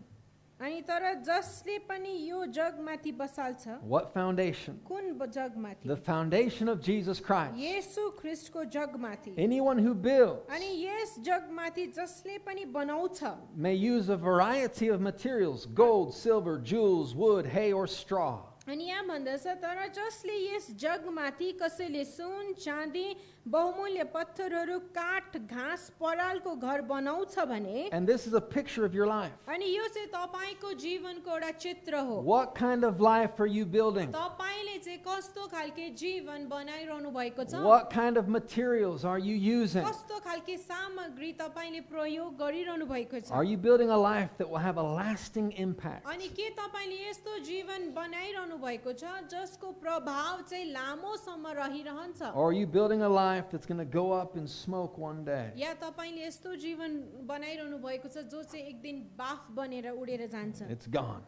Speaker 2: अनि तर जसले पनि यो जगमाथि बसाल्छ
Speaker 1: what foundation?
Speaker 2: कुन ब- जगमाथि
Speaker 1: The foundation of Jesus Christ.
Speaker 2: येशू ख्रिस्टको जगमाथि
Speaker 1: Anyone who builds
Speaker 2: अनि यस जगमाथि जसले पनि बनाउँछ
Speaker 1: may use a variety of materials gold, silver, jewels, wood, hay, or straw.
Speaker 2: अनि यहाँ भन्दछ तर जसले यस जगमाथि कसैले सुन चाँदी बहुमूल्य पत्थरहरू काठ घाँस परालको घर बनाउँछ भने
Speaker 1: And this is a picture of your life.
Speaker 2: अनि यो चाहिँ तपाईँको जीवनको एउटा चित्र हो
Speaker 1: What kind of life are you building?
Speaker 2: तपाईँले चाहिँ कस्तो खालके जीवन बनाइरहनु भएको छ
Speaker 1: What kind of materials are you using?
Speaker 2: कस्तो खालके सामग्री तपाईँले प्रयोग गरिरहनु भएको छ
Speaker 1: Are you building a life that will have a lasting impact?
Speaker 2: अनि के तपाईँले यस्तो जीवन बनाइरहनु भएको छ जसको प्रभाव चाहिँ लामोसम्म रहिरहन्छ
Speaker 1: Or are you building a life that's going to go up in smoke one day?
Speaker 2: या तपाईँले यस्तो जीवन बनाइरहनु भएको छ जो चाहिँ एक दिन बाफ बनेर उडेर जान्छ
Speaker 1: It's gone.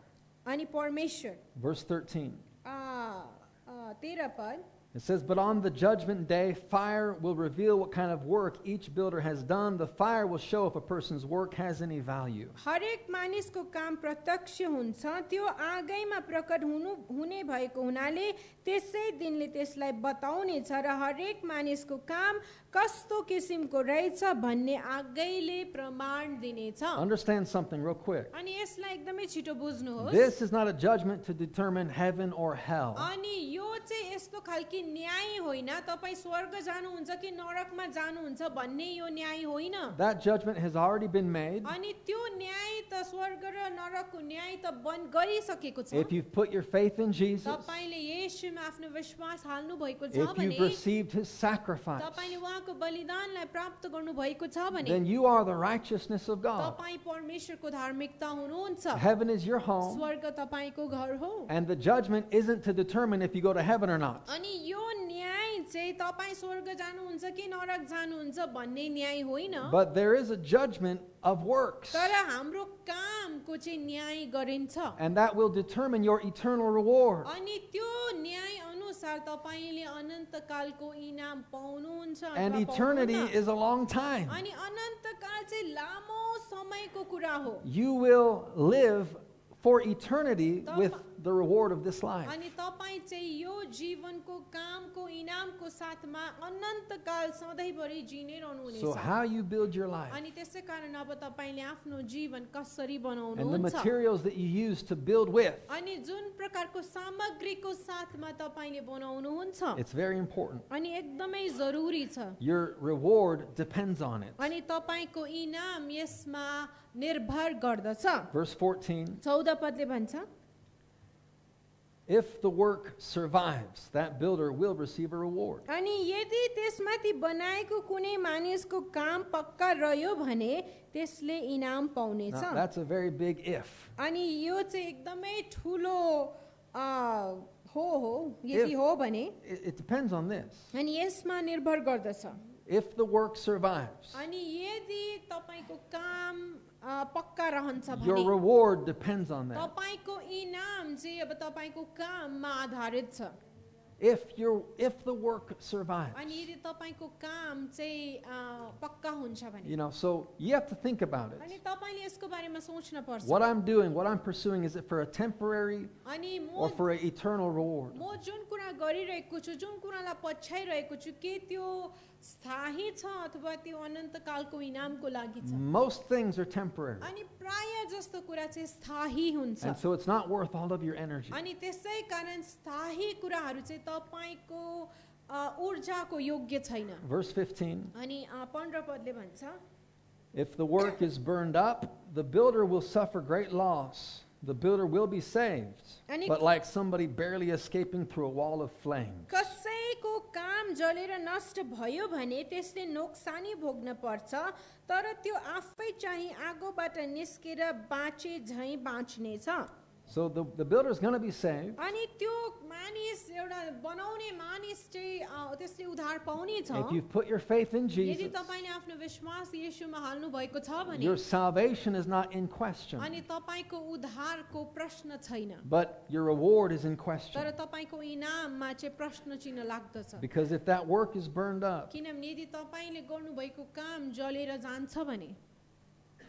Speaker 2: अनि परमेश्वर
Speaker 1: Verse 13.
Speaker 2: आ, आ, तेह्र पद
Speaker 1: It says, But on the judgment day, fire will reveal what kind of work each builder has done. The fire will show if a person's work has any value.
Speaker 2: हरेक मानिसको काम प्रत्यक्ष हुन्छ त्यो आगैमा प्रकट हुनु हुने भएको हुनाले त्यसै दिनले त्यसलाई बताउनेछ र हरेक मानिसको काम कस्तो किसिमको रहेछ भन्ने आगैले प्रमाण दिनेछ
Speaker 1: Understand something real quick.
Speaker 2: अनि यसलाई एकदमै छिटो बुझ्नुहोस्
Speaker 1: This is not a judgment to determine heaven or hell.
Speaker 2: अनि यो चाहिँ यस्तो खालकी न्याय होइन तपाईँ स्वर्ग जानुहुन्छ कि नरकमा जानुहुन्छ भन्ने यो न्याय होइन
Speaker 1: That judgment has already been made.
Speaker 2: अनि त्यो न्याय त स्वर्ग र नरकको न्याय त बन्द गरिसकेको छ
Speaker 1: If you've put your faith in Jesus,
Speaker 2: तपाईँले यसमा आफ्नो विश्वास हाल्नु भएको छ
Speaker 1: if
Speaker 2: भने
Speaker 1: you've received his sacrifice,
Speaker 2: तपाईँले उहाँको बलिदानलाई प्राप्त गर्नु भएको छ भने
Speaker 1: then you are the righteousness of God.
Speaker 2: तपाईँ परमेश्वरको धार्मिकता हुनुहुन्छ
Speaker 1: Heaven is your home,
Speaker 2: स्वर्ग तपाईँको घर हो
Speaker 1: and the judgment isn't to determine if you go to heaven or not.
Speaker 2: अनि यो न्याय चाहिँ तपाईँ स्वर्ग जानुहुन्छ कि नरक जानुहुन्छ भन्ने न्याय होइन
Speaker 1: But there is a judgment of works,
Speaker 2: तर हाम्रो कामको चाहिँ न्याय गरिन्छ
Speaker 1: and that will determine your eternal reward.
Speaker 2: अनि त्यो न्याय अनुसार तपाईँले अनन्तकालको इनाम पाउनुहुन्छ
Speaker 1: And
Speaker 2: अथवा
Speaker 1: eternity
Speaker 2: पाउनुहुन्न।
Speaker 1: is a long time.
Speaker 2: अनि अनन्तकाल चाहिँ लामो समयको कुरा हो
Speaker 1: You will live for eternity with the reward of this life.
Speaker 2: अनि तपाईँ चाहिँ यो जीवनको कामको इनामको साथमा अनन्तकाल सधैँभरि जिने
Speaker 1: So,
Speaker 2: रहनुहुनेछ
Speaker 1: how you build your life
Speaker 2: अनि त्यसै कारण अब तपाईँले आफ्नो जीवन कसरी
Speaker 1: and the
Speaker 2: बनाउनुहुन्छ
Speaker 1: materials that you use to build with,
Speaker 2: अनि जुन प्रकारको सामग्रीको साथमा तपाईँले बनाउनुहुन्छ
Speaker 1: it's very important.
Speaker 2: अनि एकदमै जरुरी छ
Speaker 1: Your reward depends on it.
Speaker 2: अनि तपाईँको इनाम यसमा निर्भर गर्दछ
Speaker 1: Verse 14
Speaker 2: चौध पदले भन्छ
Speaker 1: If the work survives, that builder will receive a reward.
Speaker 2: अनि यदि त्यसमाथि बनाएको कुनै मानिसको काम पक्का रह्यो भने त्यसले इनाम पाउनेछ
Speaker 1: Now, that's a very big if.
Speaker 2: अनि यो चाहिँ एकदमै ठुलो अ, हो हो यदि
Speaker 1: If-
Speaker 2: हो भने
Speaker 1: It, it depends on this.
Speaker 2: अनि यसमा निर्भर गर्दछ
Speaker 1: If the work survives,
Speaker 2: अनि यदि तपाईँको काम अ, पक्का रहन्छ
Speaker 1: your
Speaker 2: भने
Speaker 1: reward depends on that.
Speaker 2: तपाईँको इनाम चाहिँ अब तपाईँको काममा आधारित छ
Speaker 1: If, your, if the work survives,
Speaker 2: अनि यदि तपाईँको काम चाहिँ अ, पक्का हुन्छ भने
Speaker 1: you know, so you have to think about
Speaker 2: अनि
Speaker 1: it.
Speaker 2: तपाईँले यसको बारेमा सोच्न पर्छ
Speaker 1: What I'm doing, what I'm pursuing, is it for a temporary
Speaker 2: अनि
Speaker 1: or
Speaker 2: म
Speaker 1: for an eternal reward?
Speaker 2: म जुन कुरा गरिरहेको छु जुन कुरालाई पछ्याइरहेको छु के त्यो स्थायी छ अथवा त्यो अनन्तकालको इनामको लागि छ
Speaker 1: Most things are temporary,
Speaker 2: अनि प्राय जस्तो कुरा चाहिँ स्थायी हुन्छ
Speaker 1: and so it's not worth all of your energy.
Speaker 2: अनि त्यसै कारण स्थायी कुराहरू चाहिँ तपाईँको अ, ऊर्जाको योग्य छैन
Speaker 1: Verse 15
Speaker 2: अनि अ, पन्ध्र पदले भन्छ
Speaker 1: If the work is burned up, the builder will suffer great loss. The builder will be saved,
Speaker 2: Any-
Speaker 1: but like somebody barely escaping through a wall of flame.
Speaker 2: कसैको काम जलेर नष्ट भयो भने त्यसले नोक्सानी भोग्न पर्छ तर त्यो आफै चाहिँ आगोबाट निस्केर बाँचे झैँ बाँच्नेछ
Speaker 1: So the, the builder is going to be saved.
Speaker 2: अनि त्यो मानिस एउटा बनाउने मानिस चाहिँ अ, त्यसले उद्धार पाउने छ
Speaker 1: If you've put your faith in
Speaker 2: यदि
Speaker 1: Jesus,
Speaker 2: तपाईँले आफ्नो विश्वास यीशुमा हाल्नु भएको छ भने
Speaker 1: your salvation is not in question,
Speaker 2: अनि तपाईँको उद्धारको प्रश्न छैन
Speaker 1: but your reward is in question.
Speaker 2: तर तपाईँको इनाममा चाहिँ प्रश्न चिन्ह लाग्दछ
Speaker 1: Because if that work is burned up,
Speaker 2: किनभने यदि तपाईँले गर्नुभएको काम जलेर जान्छ भने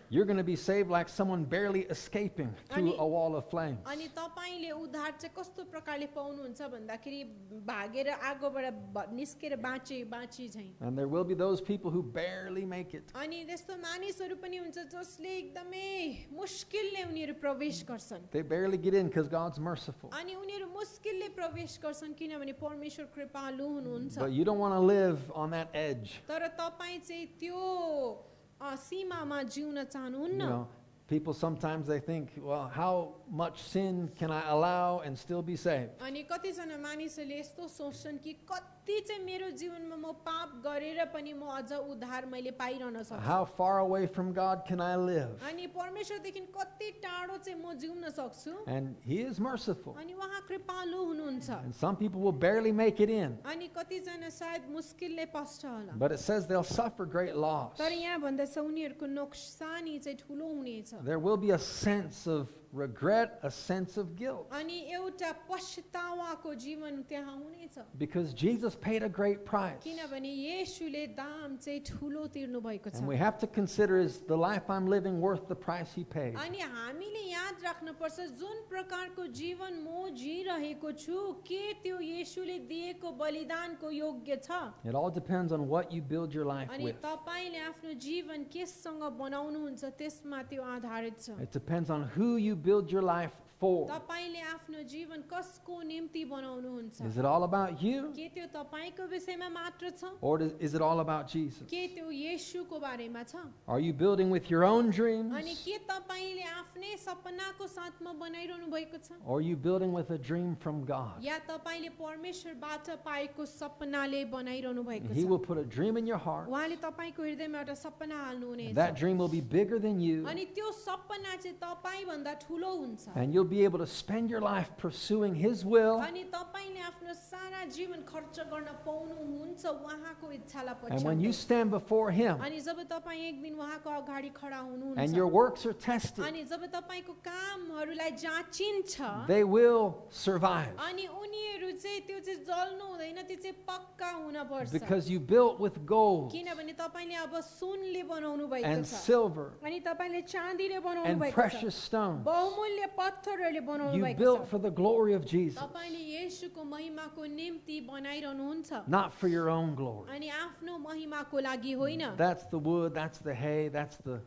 Speaker 1: you're going to be saved like someone barely escaping through
Speaker 2: Ani-
Speaker 1: a wall of flames.
Speaker 2: अनि तपाईँले उद्धार चाहिँ कस्तो प्रकारले पाउनुहुन्छ भन्दाखेरि भागेर आगोबाट भ- निस्केर बाँचे बाँचे झैँ
Speaker 1: And there will be those people who barely make it.
Speaker 2: अनि त्यस्तो मानिसहरू पनि हुन्छ जसले एकदमै मुस्किलले उनीहरू प्रवेश गर्छन्
Speaker 1: They barely get in because God's merciful.
Speaker 2: अनि उनीहरू मुस्किलले प्रवेश गर्छन् किनभने परमेश्वर कृपालु हुनुहुन्छ
Speaker 1: But you don't want to live on that edge.
Speaker 2: तर तपाईँ चाहिँ त्यो अ, सीमामा जिउन
Speaker 1: You
Speaker 2: चाहनुहुन्न
Speaker 1: know, people sometimes they think, well, how much sin can I allow and still be saved?
Speaker 2: अनि कतिजना मानिसहरूले यस्तो सोच्छन् कि कति चाहिँ मेरो जीवनमा म पाप गरेर पनि म अझ उद्धार मैले पाइरहन सक्छु
Speaker 1: How far away from God can I live?
Speaker 2: अनि परमेश्वरदेखि कति टाढो चाहिँ म जिउन सक्छु
Speaker 1: And He is merciful.
Speaker 2: अनि उहाँ कृपालु हुनुहुन्छ
Speaker 1: And some people will barely make it in,
Speaker 2: अनि कतिजना सायद मुस्किलले पस्छ होला
Speaker 1: but it says they'll suffer great loss.
Speaker 2: तर यहाँ भन्दा उनीहरूको नोक्सानी चाहिँ ठुलो हुनेछ
Speaker 1: There will be a sense of regret, a sense of guilt,
Speaker 2: अनि एउटा पश्चातावाको जीवन त्यहाँ हुनेछ
Speaker 1: because Jesus paid a great price.
Speaker 2: किनभने येशूले दाम चाहिँ ठुलो तिर्नु भएको छ
Speaker 1: And we have to consider is the life I'm living worth the price He paid?
Speaker 2: अनि हामीले याद राख्नुपर्छ जुन प्रकारको जीवन म जिरहेको छु के त्यो येशूले दिएको बलिदानको योग्य छ
Speaker 1: It all depends on what you build your life
Speaker 2: अनि
Speaker 1: with.
Speaker 2: तपाईँले आफ्नो जीवन केसँग बनाउनुहुन्छ त्यसमा त्यो आधारित छ
Speaker 1: It depends on who you build your life for?
Speaker 2: तपाईँले आफ्नो जीवन कसको निम्ति बनाउनुहुन्छ
Speaker 1: Is it all about you
Speaker 2: के त्यो तपाईँको विषयमा मात्र छ
Speaker 1: or does- is it all about Jesus?
Speaker 2: के त्यो येशूको बारेमा छ
Speaker 1: Are you building with your own
Speaker 2: अनि
Speaker 1: dreams
Speaker 2: के तपाईँले आफ्नै सपनाको साथमा बनाइरहनु भएको छ
Speaker 1: or are you building with a dream from God?
Speaker 2: या तपाईँले परमेश्वरबाट पाएको सपनाले बनाइरहनु भएको
Speaker 1: And He will
Speaker 2: छ
Speaker 1: put a dream in your heart.
Speaker 2: उहाँले तपाईँको हृदयमा एउटा सपना हाल्नुहुनेछ
Speaker 1: and that dream will be bigger than you.
Speaker 2: अनि त्यो सपना चाहिँ तपाईँभन्दा ठुलो हुन्छ
Speaker 1: And you'll be able to spend your life pursuing His will.
Speaker 2: अनि तपाईँले आफ्नो सारा जीवन खर्च गर्न पाउनुहुन्छ उहाँको इच्छालाई
Speaker 1: And when you
Speaker 2: पछ्याउँदै।
Speaker 1: stand before Him
Speaker 2: अनि जब तपाईँ एक दिन उहाँको अगाडि खडा
Speaker 1: and your
Speaker 2: हुनुहुन्छ
Speaker 1: works are tested,
Speaker 2: अनि जब तपाईँको कामहरूलाई जाँचिन्छ
Speaker 1: they will survive
Speaker 2: अनि उनीहरू चाहिँ त्यो चाहिँ जल्नु हुँदैन त्यो चाहिँ पक्का हुन पर्छ
Speaker 1: because you built with gold
Speaker 2: किनभने तपाईँले अब सुनले बनाउनु भएको
Speaker 1: and
Speaker 2: छ
Speaker 1: silver
Speaker 2: अनि तपाईँले चाँदीले बनाउनु
Speaker 1: and
Speaker 2: भएको छ
Speaker 1: precious stones.
Speaker 2: बहुमूल्य पत्थरहरूले बनाउनु
Speaker 1: You
Speaker 2: भएको
Speaker 1: built
Speaker 2: छ
Speaker 1: for the glory of Jesus,
Speaker 2: तपाईँले येशूको महिमाको निम्ति बनाइरहनुहुन्छ
Speaker 1: not for your own glory.
Speaker 2: अनि आफ्नो महिमाको लागि होइन
Speaker 1: That's the wood, that's the hay, that's the,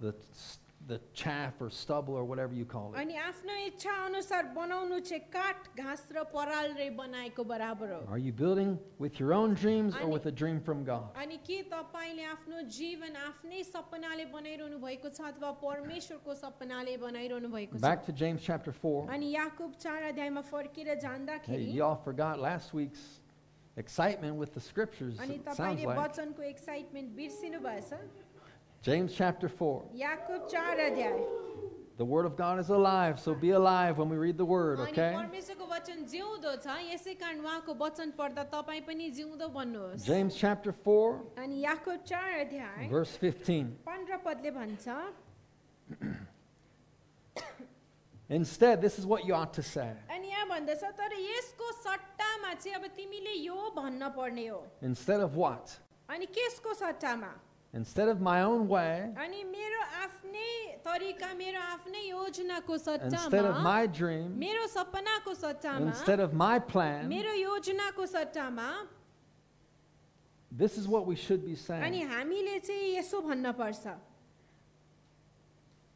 Speaker 1: the, the chaff or stubble or whatever you call it.
Speaker 2: अनि आफ्नो इच्छा अनुसार बनाउनु चाहिँ काठ घाँस र परालले बनाएको बराबर हो
Speaker 1: Are you building with your own dreams or
Speaker 2: Ani-
Speaker 1: with a dream from God?
Speaker 2: अनि के तपाईँले आफ्नो जीवन आफ्नै सपनाले बनाइरहनु भएको छ अथवा परमेश्वरको सपनाले बनाइरहनु भएको छ
Speaker 1: Back to James chapter 4.
Speaker 2: अनि याकुब चार अध्यायमा फर्केर
Speaker 1: Hey,
Speaker 2: जाँदाखेरि
Speaker 1: y'all forgot last week's excitement with the scriptures,
Speaker 2: अनि
Speaker 1: it sounds
Speaker 2: तपाईँले
Speaker 1: like.
Speaker 2: वचनको एक्साइटमेन्ट बिर्सिनु भएछ
Speaker 1: James chapter 4.
Speaker 2: याकुब चार अध्याय
Speaker 1: The word of God is alive, so be alive when we read the word,
Speaker 2: अनि
Speaker 1: okay?
Speaker 2: परमेश्वरको वचन जिउँदो छ यसै कारण उहाँको वचन पढ्दा तपाईँ पनि जिउँदो बन्नुहोस्
Speaker 1: James chapter 4,
Speaker 2: अनि याकुब चार अध्याय
Speaker 1: verse 15.
Speaker 2: पन्ध्र पदले भन्छ
Speaker 1: Instead, this is what you ought to say.
Speaker 2: अनि यहाँ भन्दछ तर यसको सट्टामा चाहिँ अब तिमीले यो भन्न पर्ने हो
Speaker 1: Instead of what?
Speaker 2: अनि केसको सट्टामा
Speaker 1: Instead of my own way,
Speaker 2: अनि मेरो आफ्नै तरिका मेरो आफ्नै योजनाको
Speaker 1: instead of
Speaker 2: सट्टामा
Speaker 1: my dream,
Speaker 2: मेरो सपनाको सट्टामा
Speaker 1: instead of my plan,
Speaker 2: मेरो योजनाको सट्टामा
Speaker 1: this is what we should be
Speaker 2: अनि
Speaker 1: saying.
Speaker 2: हामीले चाहिँ यसो भन्न पर्छ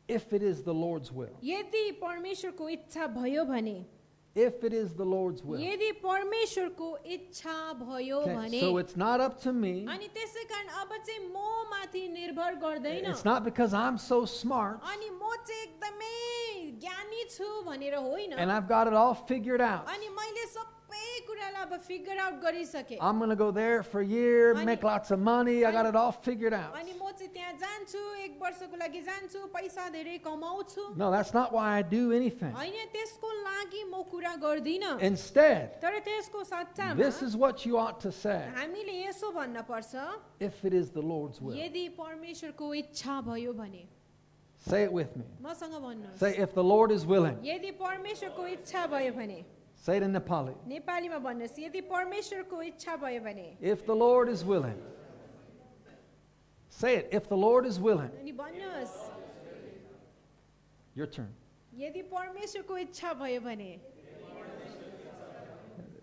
Speaker 1: If it is the Lord's will.
Speaker 2: यदि परमेश्वरको इच्छा भयो भने
Speaker 1: If it is the Lord's will.
Speaker 2: यदि परमेश्वरको इच्छा भयो
Speaker 1: Okay,
Speaker 2: भने
Speaker 1: so it's not up to me.
Speaker 2: अनि त्यसै कारण अब चाहिँ म माथि निर्भर गर्दैन
Speaker 1: It's not because I'm so smart
Speaker 2: अनि म चाहिँ एकदमै ज्ञानी छु भनेर होइन
Speaker 1: and I've got it all figured out.
Speaker 2: अनि मैले सबै कुरालाई अब फिगर आउट गरिसकेँ
Speaker 1: I'm going to go there for a year,
Speaker 2: Ani-
Speaker 1: make lots of money. I got it all figured out.
Speaker 2: अनि म चाहिँ त्यहाँ जान्छु एक वर्षको लागि जान्छु पैसा धेरै कमाउँछु
Speaker 1: No, that's not why I do anything.
Speaker 2: होइन त्यसको लागि म कुरा गर्दिनँ
Speaker 1: Instead,
Speaker 2: तर त्यसको सट्टामा
Speaker 1: this is what you ought to say
Speaker 2: हामीले यसो भन्न पर्छ
Speaker 1: if it is the Lord's will.
Speaker 2: यदि परमेश्वरको इच्छा भयो भने
Speaker 1: Say it with me.
Speaker 2: मसँग भन्नुहोस्
Speaker 1: Say, if the Lord is willing.
Speaker 2: यदि परमेश्वरको इच्छा भयो भने
Speaker 1: Say it in Nepali.
Speaker 2: नेपालीमा भन्नुहोस् यदि परमेश्वरको इच्छा भयो भने
Speaker 1: If the Lord is willing. Say it, if the Lord is willing.
Speaker 2: अनि भन्नुहोस्
Speaker 1: Your turn.
Speaker 2: यदि परमेश्वरको इच्छा भयो भने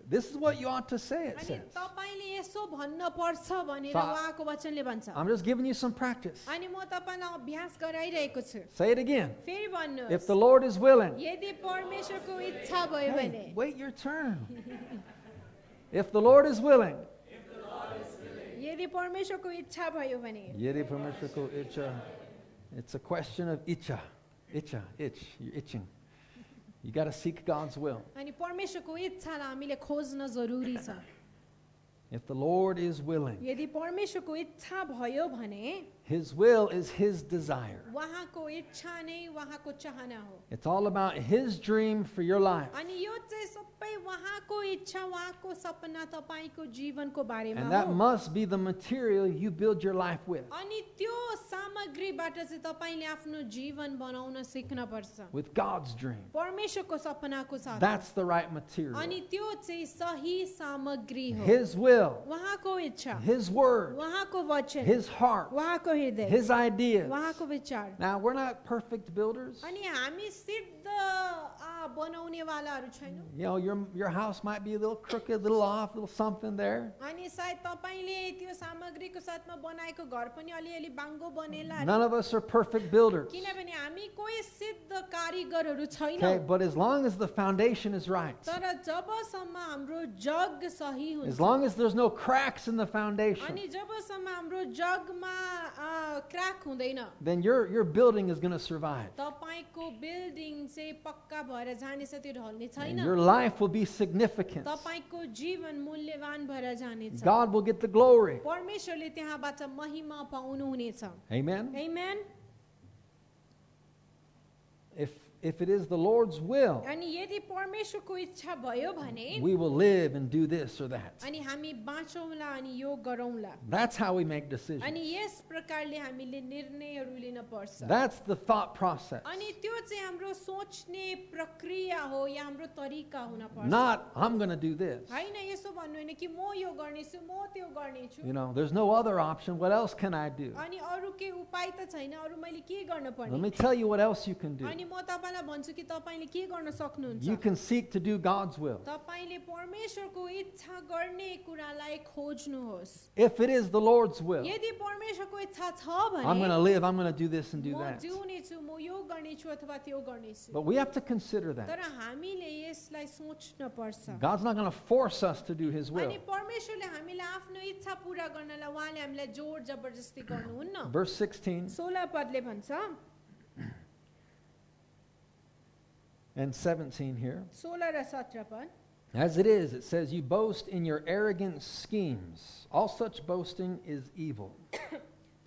Speaker 1: This is what you ought to say, it
Speaker 2: अनि
Speaker 1: says.
Speaker 2: तपाईँले यसो भन्न पर्छ भनेर
Speaker 1: सा-
Speaker 2: उहाँको वचनले भन्छ
Speaker 1: I'm just giving you some practice.
Speaker 2: अनि म तपाईँलाई अभ्यास गराइरहेको छु
Speaker 1: Say it again.
Speaker 2: फेरि
Speaker 1: If
Speaker 2: भन्नुहोस्
Speaker 1: the Lord is willing.
Speaker 2: यदि परमेश्वरको इच्छा भयो भने
Speaker 1: Hey, wait your turn. if the Lord is willing.
Speaker 2: यदि परमेश्वरको इच्छा भयो भने
Speaker 1: Yeri Pamershako Itcha. It's a question of itcha. Itcha, itch. You're itching. You got to seek God's will.
Speaker 2: अनि परमेश्वरको इच्छालाई हामीले खोज्न जरुरी छ
Speaker 1: If the Lord is willing,
Speaker 2: यदि परमेश्वरको इच्छा भयो भने
Speaker 1: His will is His desire.
Speaker 2: उहाँको इच्छा नै उहाँको चाहना हो
Speaker 1: It's all about His dream for your life.
Speaker 2: अनि यो चाहिँ सबै उहाँको इच्छा उहाँको सपना तपाईँको जीवनको बारेमा
Speaker 1: And
Speaker 2: हो
Speaker 1: that must be the material you build your life with.
Speaker 2: अनि त्यो सामग्रीबाट चाहिँ तपाईँले आफ्नो जीवन बनाउन सिक्न पर्छ
Speaker 1: With God's dream.
Speaker 2: परमेश्वरको सपनाको साथ
Speaker 1: That's the right material.
Speaker 2: अनि त्यो चाहिँ सही सामग्री हो
Speaker 1: His will,
Speaker 2: उहाँको इच्छा
Speaker 1: His word,
Speaker 2: उहाँको वचन
Speaker 1: His heart,
Speaker 2: उहाँको हृदय
Speaker 1: His ideas.
Speaker 2: उहाँको विचार
Speaker 1: Now, we're not perfect builders.
Speaker 2: अनि हामी सिद्ध आ, बनाउने वालाहरू छैनौँ
Speaker 1: You know, your, your house might be a little crooked, a little off, a little something there.
Speaker 2: अनि सायद तपाईँले त्यो सामग्रीको साथमा बनाएको घर पनि अलिअलि बाङ्गो बनेला अरे।
Speaker 1: None of us are perfect builders.
Speaker 2: किनभने हामी कोही सिद्ध कारिगरहरू
Speaker 1: Okay,
Speaker 2: छैनौँ
Speaker 1: but as long as the foundation is right,
Speaker 2: तर जबसम्म हाम्रो जग सही
Speaker 1: as
Speaker 2: हुन्छ
Speaker 1: long as there's no cracks in the foundation,
Speaker 2: अनि जबसम्म हाम्रो जगमा अ, क्र्याक हुँदैन
Speaker 1: then your, your building is going to survive.
Speaker 2: तपाईँको बिल्डिङ चाहिँ पक्का भएर जानेछ त्यो ढल्ने
Speaker 1: And
Speaker 2: छैन
Speaker 1: your life will be significant.
Speaker 2: तपाईँको जीवन मूल्यवान भएर जानेछ
Speaker 1: God will get the glory.
Speaker 2: परमेश्वरले त्यहाँबाट महिमा पाउनुहुनेछ
Speaker 1: Amen.
Speaker 2: Amen?
Speaker 1: If, if it is the Lord's will,
Speaker 2: अनि यदि परमेश्वरको इच्छा भयो भने
Speaker 1: we will live and do this or that.
Speaker 2: अनि हामी बाँचौँला अनि यो गरौँला
Speaker 1: That's how we make decisions.
Speaker 2: अनि यस प्रकारले हामीले निर्णयहरू लिन पर्छ
Speaker 1: That's the thought process.
Speaker 2: अनि त्यो चाहिँ हाम्रो सोच्ने प्रक्रिया हो या हाम्रो तरिका हुन पर्छ
Speaker 1: Not, I'm going to do this.
Speaker 2: होइन यसो भन्नु होइन कि म यो गर्नेछु म त्यो गर्नेछु
Speaker 1: You know, there's no other option. What else can I do?
Speaker 2: अनि अरू केही उपाय त छैन अरू मैले के गर्न
Speaker 1: Let me
Speaker 2: पर्ने
Speaker 1: tell you what else you can do.
Speaker 2: अनि म तपाईँलाई भन्छु कि तपाईँले के गर्न
Speaker 1: You
Speaker 2: सक्नुहुन्छ
Speaker 1: can seek to do God's will.
Speaker 2: तपाईँले परमेश्वरको इच्छा गर्ने कुरालाई खोज्नुहोस्
Speaker 1: If it is the Lord's will,
Speaker 2: यदि परमेश्वरको इच्छा छ
Speaker 1: I'm going to
Speaker 2: भने
Speaker 1: live, I'm going to do this and do
Speaker 2: म
Speaker 1: that.
Speaker 2: जिउनेछु म यो गर्नेछु अथवा त्यो गर्नेछु
Speaker 1: But we have to consider
Speaker 2: तर
Speaker 1: that.
Speaker 2: हामीले यसलाई सोच्न पर्छ
Speaker 1: God's not going to force us to do His will.
Speaker 2: अनि परमेश्वरले हामीलाई आफ्नो इच्छा पुरा गर्नलाई उहाँले हामीलाई जोर जबरजस्ती गर्नुहुन्न
Speaker 1: Verse 16
Speaker 2: सोह्र पदले भन्छ
Speaker 1: and 17 here.
Speaker 2: सोह्र र सत्र पद
Speaker 1: As it is, it says, You boast in your arrogant schemes. All such boasting is evil.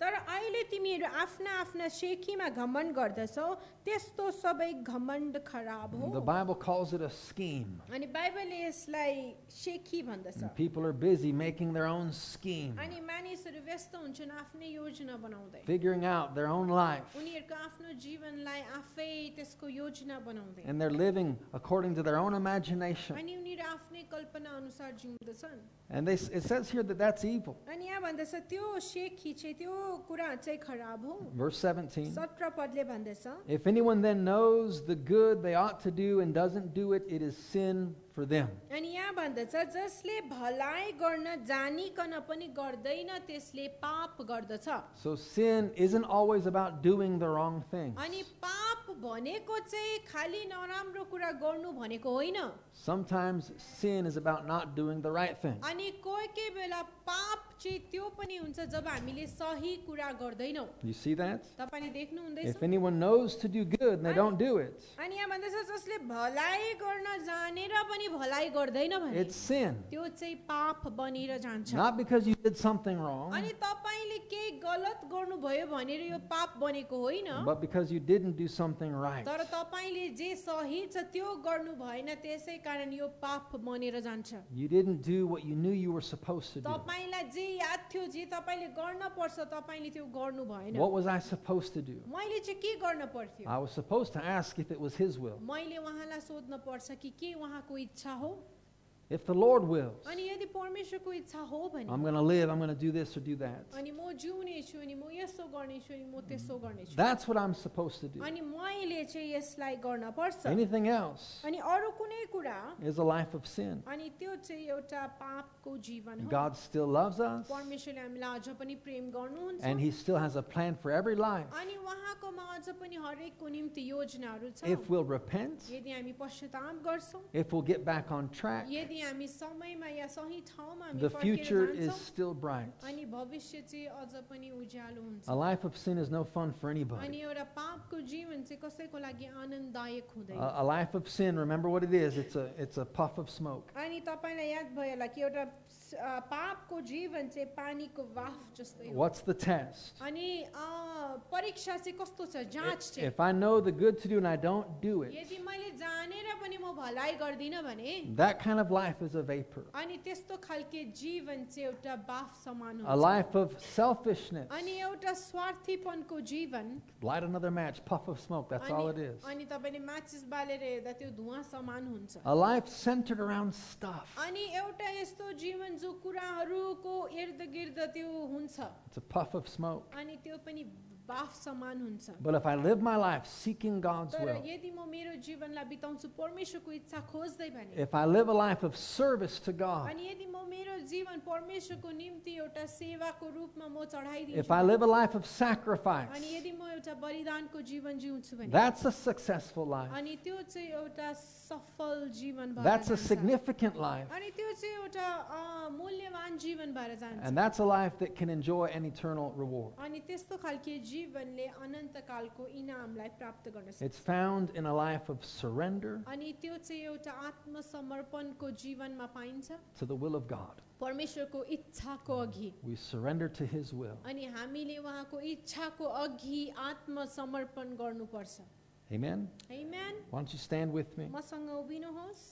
Speaker 2: तर अहिले तिमीहरू आफ्ना आफ्ना सेकीमा घमण्ड गर्दछौ त्यस्तो सबै घमण्ड खराब हो
Speaker 1: The Bible calls it a scheme.
Speaker 2: अनि बाइबलले यसलाई सेकी भन्दछ
Speaker 1: And people are busy making their own scheme,
Speaker 2: अनि मानिसहरू व्यस्त हुन्छन् आफ्नै योजना बनाउँदै
Speaker 1: figuring out their own life.
Speaker 2: उनीहरूको आफ्नो जीवनलाई आफै त्यसको योजना बनाउँदै
Speaker 1: And they're living according to their own imagination.
Speaker 2: अनि उनीहरू आफ्नै कल्पना अनुसार जिउँदछन्
Speaker 1: And they, s- it says here that that's evil.
Speaker 2: अनि यहाँ भन्दछ त्यो सेकी चाहिँ त्यो कुरा चाहिँ खराब हो
Speaker 1: Verse 17.
Speaker 2: सत्र पदले भन्दछ
Speaker 1: If anyone then knows the good they ought to do and doesn't do it, it is sin for them.
Speaker 2: अनि यहाँ भन्दछ जसले भलाइ गर्न जानिकन पनि गर्दैन त्यसले पाप गर्दछ
Speaker 1: So sin isn't always about doing the wrong thing.
Speaker 2: अनि पाप भनेको चाहिँ खालि नराम्रो कुरा गर्नु भनेको होइन
Speaker 1: Sometimes sin is about not doing the right thing.
Speaker 2: अनि कोही कोही बेला पाप चाहिँ त्यो पनि हुन्छ जब हामीले सही कुरा गर्दैनौँ
Speaker 1: You see that?
Speaker 2: तपाईँले देख्नु
Speaker 1: If
Speaker 2: हुँदैछ
Speaker 1: anyone knows to do good and they don't do it,
Speaker 2: अनि यहाँ भन्दछ जसले भलाइ गर्न जानेर पनि भलाइ गर्दैन भने
Speaker 1: it's sin.
Speaker 2: त्यो चाहिँ पाप बनेर जान्छ
Speaker 1: Not because you did something wrong,
Speaker 2: अनि तपाईँले केही गलत गर्नुभयो भनेर यो पाप बनेको होइन
Speaker 1: but because you didn't do something right.
Speaker 2: तर तपाईँले जे सही छ त्यो गर्नु भएन त्यसै कारण यो पाप बनेर जान्छ
Speaker 1: You didn't do what you knew you were supposed to do.
Speaker 2: तपाईँलाई जे याद थियो जे तपाईँले गर्न पर्छ तपाईँले त्यो गर्नु भएन
Speaker 1: What was I supposed to do?
Speaker 2: मैले चाहिँ के गर्न पर्थ्यो
Speaker 1: I was supposed to ask if it was His will.
Speaker 2: मैले उहाँलाई सोध्न पर्छ कि के उहाँको इच्छा हो
Speaker 1: If the Lord wills,
Speaker 2: अनि यदि परमेश्वरको इच्छा हो
Speaker 1: I'm
Speaker 2: भने
Speaker 1: going to live, I'm going to do this or do that.
Speaker 2: अनि म जिउने छु अनि म यसो गर्नेछु अनि म त्यसो गर्नेछु
Speaker 1: That's what I'm supposed to do.
Speaker 2: अनि मैले चाहिँ यसलाई गर्न पर्छ
Speaker 1: Anything else
Speaker 2: अनि अरू कुनै कुरा
Speaker 1: is a life of sin.
Speaker 2: अनि त्यो चाहिँ एउटा पापको जीवन हो
Speaker 1: God still loves us,
Speaker 2: परमेश्वरले हामीलाई अझ पनि प्रेम गर्नुहुन्छ
Speaker 1: and He still has a plan for every life.
Speaker 2: अनि उहाँकोमा अझ पनि हरेकको निम्ति योजनाहरू छ
Speaker 1: If we'll repent,
Speaker 2: यदि हामी पश्चाताप गर्छौँ
Speaker 1: if we'll get back on track,
Speaker 2: यदि हामी समयमा या सही ठाउँमा हामी
Speaker 1: the
Speaker 2: फर्केर
Speaker 1: future is
Speaker 2: जान्छौँ,
Speaker 1: still bright.
Speaker 2: अनि भविष्य चाहिँ अझ पनि उज्यालो हुन्छ
Speaker 1: A life of sin is no fun for
Speaker 2: अनि
Speaker 1: anybody.
Speaker 2: एउटा पापको जीवन चाहिँ कसैको लागि आनन्ददायक
Speaker 1: A,
Speaker 2: हुँदैन
Speaker 1: a life of sin, remember what it is it's a, it's a puff of smoke.
Speaker 2: अनि तपाईँलाई याद भयो होला कि एउटा स- अ, पापको जीवन चाहिँ पानीको वाफ जस्तै हो
Speaker 1: What's the test?
Speaker 2: अनि अ, परीक्षा चाहिँ कस्तो छ जाँच
Speaker 1: If-
Speaker 2: चाहिँ
Speaker 1: If I know the good to do and I don't do it,
Speaker 2: यदि मैले जानेर पनि म भलाइ गर्दिनँ भने
Speaker 1: that kind of life is a vapor.
Speaker 2: अनि त्यस्तो खालके जीवन चाहिँ एउटा बाफ समान
Speaker 1: A
Speaker 2: हुन्छ
Speaker 1: life of selfishness.
Speaker 2: अनि एउटा स्वार्थीपनको जीवन
Speaker 1: Light another match, puff of smoke, that's all it
Speaker 2: अनि
Speaker 1: is.
Speaker 2: अनि तपाईँले माचिस बालेर हेर्दा त्यो धुवा समान हुन्छ
Speaker 1: A life centered around stuff.
Speaker 2: अनि एउटा यस्तो जीवन जो कुराहरूको इर्द गिर्द त्यो हुन्छ
Speaker 1: It's a puff of smoke.
Speaker 2: अनि त्यो पनि बाफ समान हुन्छ
Speaker 1: But if I live my life seeking God's
Speaker 2: तर
Speaker 1: will,
Speaker 2: यदि म मेरो जीवनलाई बिताउँछु परमेश्वरको इच्छा खोज्दै भने
Speaker 1: if I live a life of service to God,
Speaker 2: अनि यदि म मेरो जीवन परमेश्वरको निम्ति एउटा सेवाको रूपमा म
Speaker 1: if
Speaker 2: चढाइदिन्छु
Speaker 1: I live a life of
Speaker 2: अनि
Speaker 1: sacrifice,
Speaker 2: यदि म एउटा बलिदानको जीवन जिउँछु भने
Speaker 1: that's a successful life.
Speaker 2: अनि त्यो चाहिँ एउटा सफल जीवन भएर
Speaker 1: That's a
Speaker 2: जान्छ।
Speaker 1: significant life.
Speaker 2: अनि त्यो चाहिँ एउटा अ, मूल्यवान जीवन भएर जान्छ
Speaker 1: And that's a life that can enjoy an eternal reward.
Speaker 2: अनि त्यस्तो खालके जीवनले अनन्तकालको इनामलाई प्राप्त गर्न सक्छ
Speaker 1: It's found in a life of surrender
Speaker 2: अनि त्यो चाहिँ एउटा आत्मसमर्पणको जीवनमा पाइन्छ
Speaker 1: to the will of God.
Speaker 2: परमेश्वरको इच्छाको अघि
Speaker 1: We surrender to His will.
Speaker 2: अनि हामीले उहाँको इच्छाको अघि आत्मसमर्पण गर्नुपर्छ
Speaker 1: Amen?
Speaker 2: Amen?
Speaker 1: Why don't you stand with me?
Speaker 2: मसँग उभिनुहोस्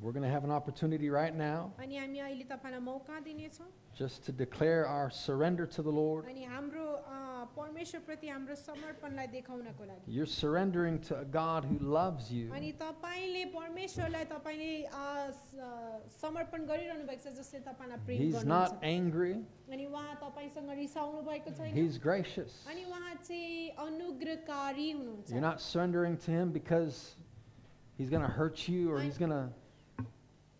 Speaker 1: We're going to have an opportunity right now
Speaker 2: अनि हामी अहिले तपाईँलाई मौका दिनेछौँ
Speaker 1: just to declare our surrender to the Lord.
Speaker 2: अनि हाम्रो अ, परमेश्वरप्रति हाम्रो समर्पणलाई देखाउनको लागि
Speaker 1: You're surrendering to a God who loves you,
Speaker 2: अनि तपाईँले परमेश्वरलाई तपाईँले अ, स- अ, समर्पण गरिरहनु भएको छ जसले तपाईँलाई प्रेम
Speaker 1: He's
Speaker 2: गर्नुहुन्छ
Speaker 1: not angry,
Speaker 2: अनि उहाँ तपाईँसँग रिसाउनु भएको छैन
Speaker 1: He's gracious.
Speaker 2: अनि उहाँ चाहिँ अनुग्रहकारी हुनुहुन्छ
Speaker 1: You're not surrendering to Him because He's going to hurt you or He's going to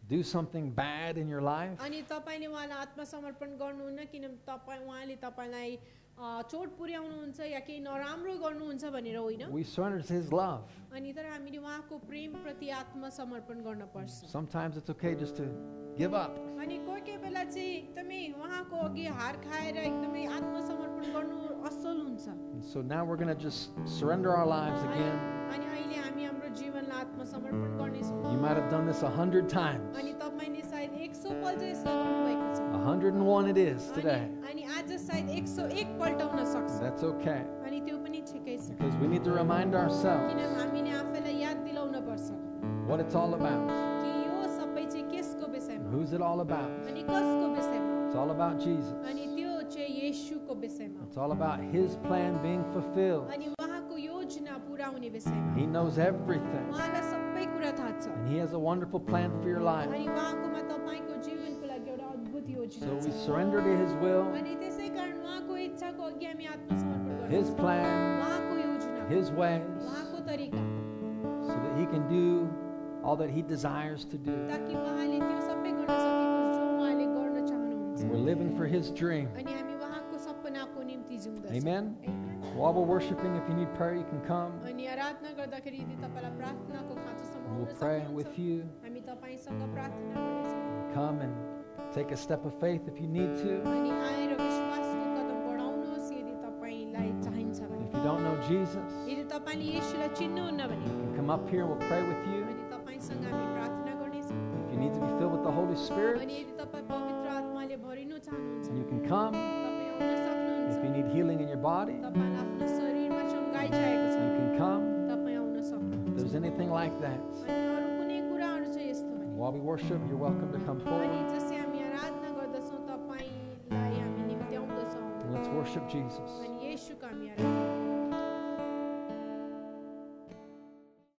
Speaker 1: do something bad in your life.
Speaker 2: अनि तपाईँले उहाँलाई आत्मसमर्पण गर्नुहुन्न किन तपाईँ उहाँले तपाईँलाई अ, चोट पुर्याउनुहुन्छ या केही नराम्रो गर्नुहुन्छ भनेर होइन
Speaker 1: We surrender to His love.
Speaker 2: अनि तर हामीले उहाँको प्रेमप्रति आत्मसमर्पण गर्न पर्छ
Speaker 1: Sometimes it's okay just to give up.
Speaker 2: अनि कोही कोही बेला चाहिँ एकदमै उहाँको अघि हार खाएर एकदमै आत्मसमर्पण गर्नु असल हुन्छ
Speaker 1: And so now we're going to just surrender our lives
Speaker 2: अनि
Speaker 1: again.
Speaker 2: अनि अहिले हामी हाम्रो जीवनलाई आत्मसमर्पण गर्नेछौँ
Speaker 1: You might have done this a hundred times.
Speaker 2: अनि तपाईँले सायद एक सौ पल्ट यस्तो गर्नुभएको छ
Speaker 1: A hundred and one it is
Speaker 2: अनि
Speaker 1: today.
Speaker 2: अनि आज सायद एक सौ एक पल्ट हुन सक्छ
Speaker 1: That's okay
Speaker 2: अनि त्यो पनि ठिकै छ
Speaker 1: because we need to remind ourselves
Speaker 2: किन हामीले आफैलाई याद दिलाउन पर्छ
Speaker 1: what it's all about.
Speaker 2: कि यो सबै चाहिँ केसको विषयमा
Speaker 1: Who's it all about?
Speaker 2: अनि कसको विषयमा
Speaker 1: It's all about Jesus.
Speaker 2: अनि त्यो चाहिँ येशूको विषयमा
Speaker 1: It's all about His plan being fulfilled.
Speaker 2: अनि उहाँको योजना पुरा हुने विषयमा
Speaker 1: He knows everything,
Speaker 2: उहाँलाई सबै कुरा थाहा छ
Speaker 1: and He has a wonderful plan for your life.
Speaker 2: अनि उहाँकोमा तपाईँको जीवनको लागि एउटा अद्भुत योजना
Speaker 1: So
Speaker 2: छ
Speaker 1: we surrender to His will,
Speaker 2: अनि त्यसै कारण उहाँको इच्छाको अघि हामी आत्मसमर्पण
Speaker 1: His
Speaker 2: गर्छौँ
Speaker 1: plan,
Speaker 2: उहाँको योजना
Speaker 1: His ways,
Speaker 2: उहाँको तरिका
Speaker 1: so that He can do all that He desires to do.
Speaker 2: ताकि उहाँले त्यो सबै गर्न सकेको जो उहाँले गर्न चाहनुहुन्छ
Speaker 1: We're living for His dream.
Speaker 2: अनि हामी उहाँको सपनाको निम्ति जिउँदैछौँ
Speaker 1: Amen.
Speaker 2: Amen.
Speaker 1: While we're worshiping, if you need prayer, you can come.
Speaker 2: अनि आराधना गर्दाखेरि यदि तपाईँलाई प्रार्थनाको खाँचोसम्म
Speaker 1: We'll
Speaker 2: आउन
Speaker 1: pray
Speaker 2: सक्नुहुन्छ,
Speaker 1: with you.
Speaker 2: हामी तपाईँसँग प्रार्थना गर्नेछौँ
Speaker 1: Come and take a step of faith if you need to.
Speaker 2: अनि आएर विश्वासको कदम बढाउनुहोस् यदि तपाईँलाई चाहिन्छ भने
Speaker 1: If you don't know Jesus, you
Speaker 2: यदि तपाईँले यसलाई चिन्नुहुन्न भने
Speaker 1: can come up here. We'll pray with you.
Speaker 2: अनि तपाईँसँग हामी प्रार्थना गर्नेछौँ
Speaker 1: If you need to be filled with the Holy
Speaker 2: अनि
Speaker 1: Spirit,
Speaker 2: यदि तपाईँ पवित्र आत्माले भरिनु चाहनुहुन्छ
Speaker 1: you can come.
Speaker 2: तपाईँ आउन सक्नुहुन्छ
Speaker 1: If you need healing in your body, you
Speaker 2: तपाईँलाई आफ्नो शरीरमा चङ्गाइरहेको छ
Speaker 1: can come.
Speaker 2: तपाईँ आउन
Speaker 1: If
Speaker 2: सक्नुहुन्छ
Speaker 1: there's anything like that,
Speaker 2: अनि अरू कुनै कुराहरू चाहिँ यस्तो भने
Speaker 1: while we worship, you're welcome to come
Speaker 2: अनि
Speaker 1: forward.
Speaker 2: जसै हामी आराधना गर्दछौँ तपाईँलाई हामी निम्त्याउँदछौँ
Speaker 1: And let's worship Jesus.
Speaker 2: अनि येशूको हामी आराधना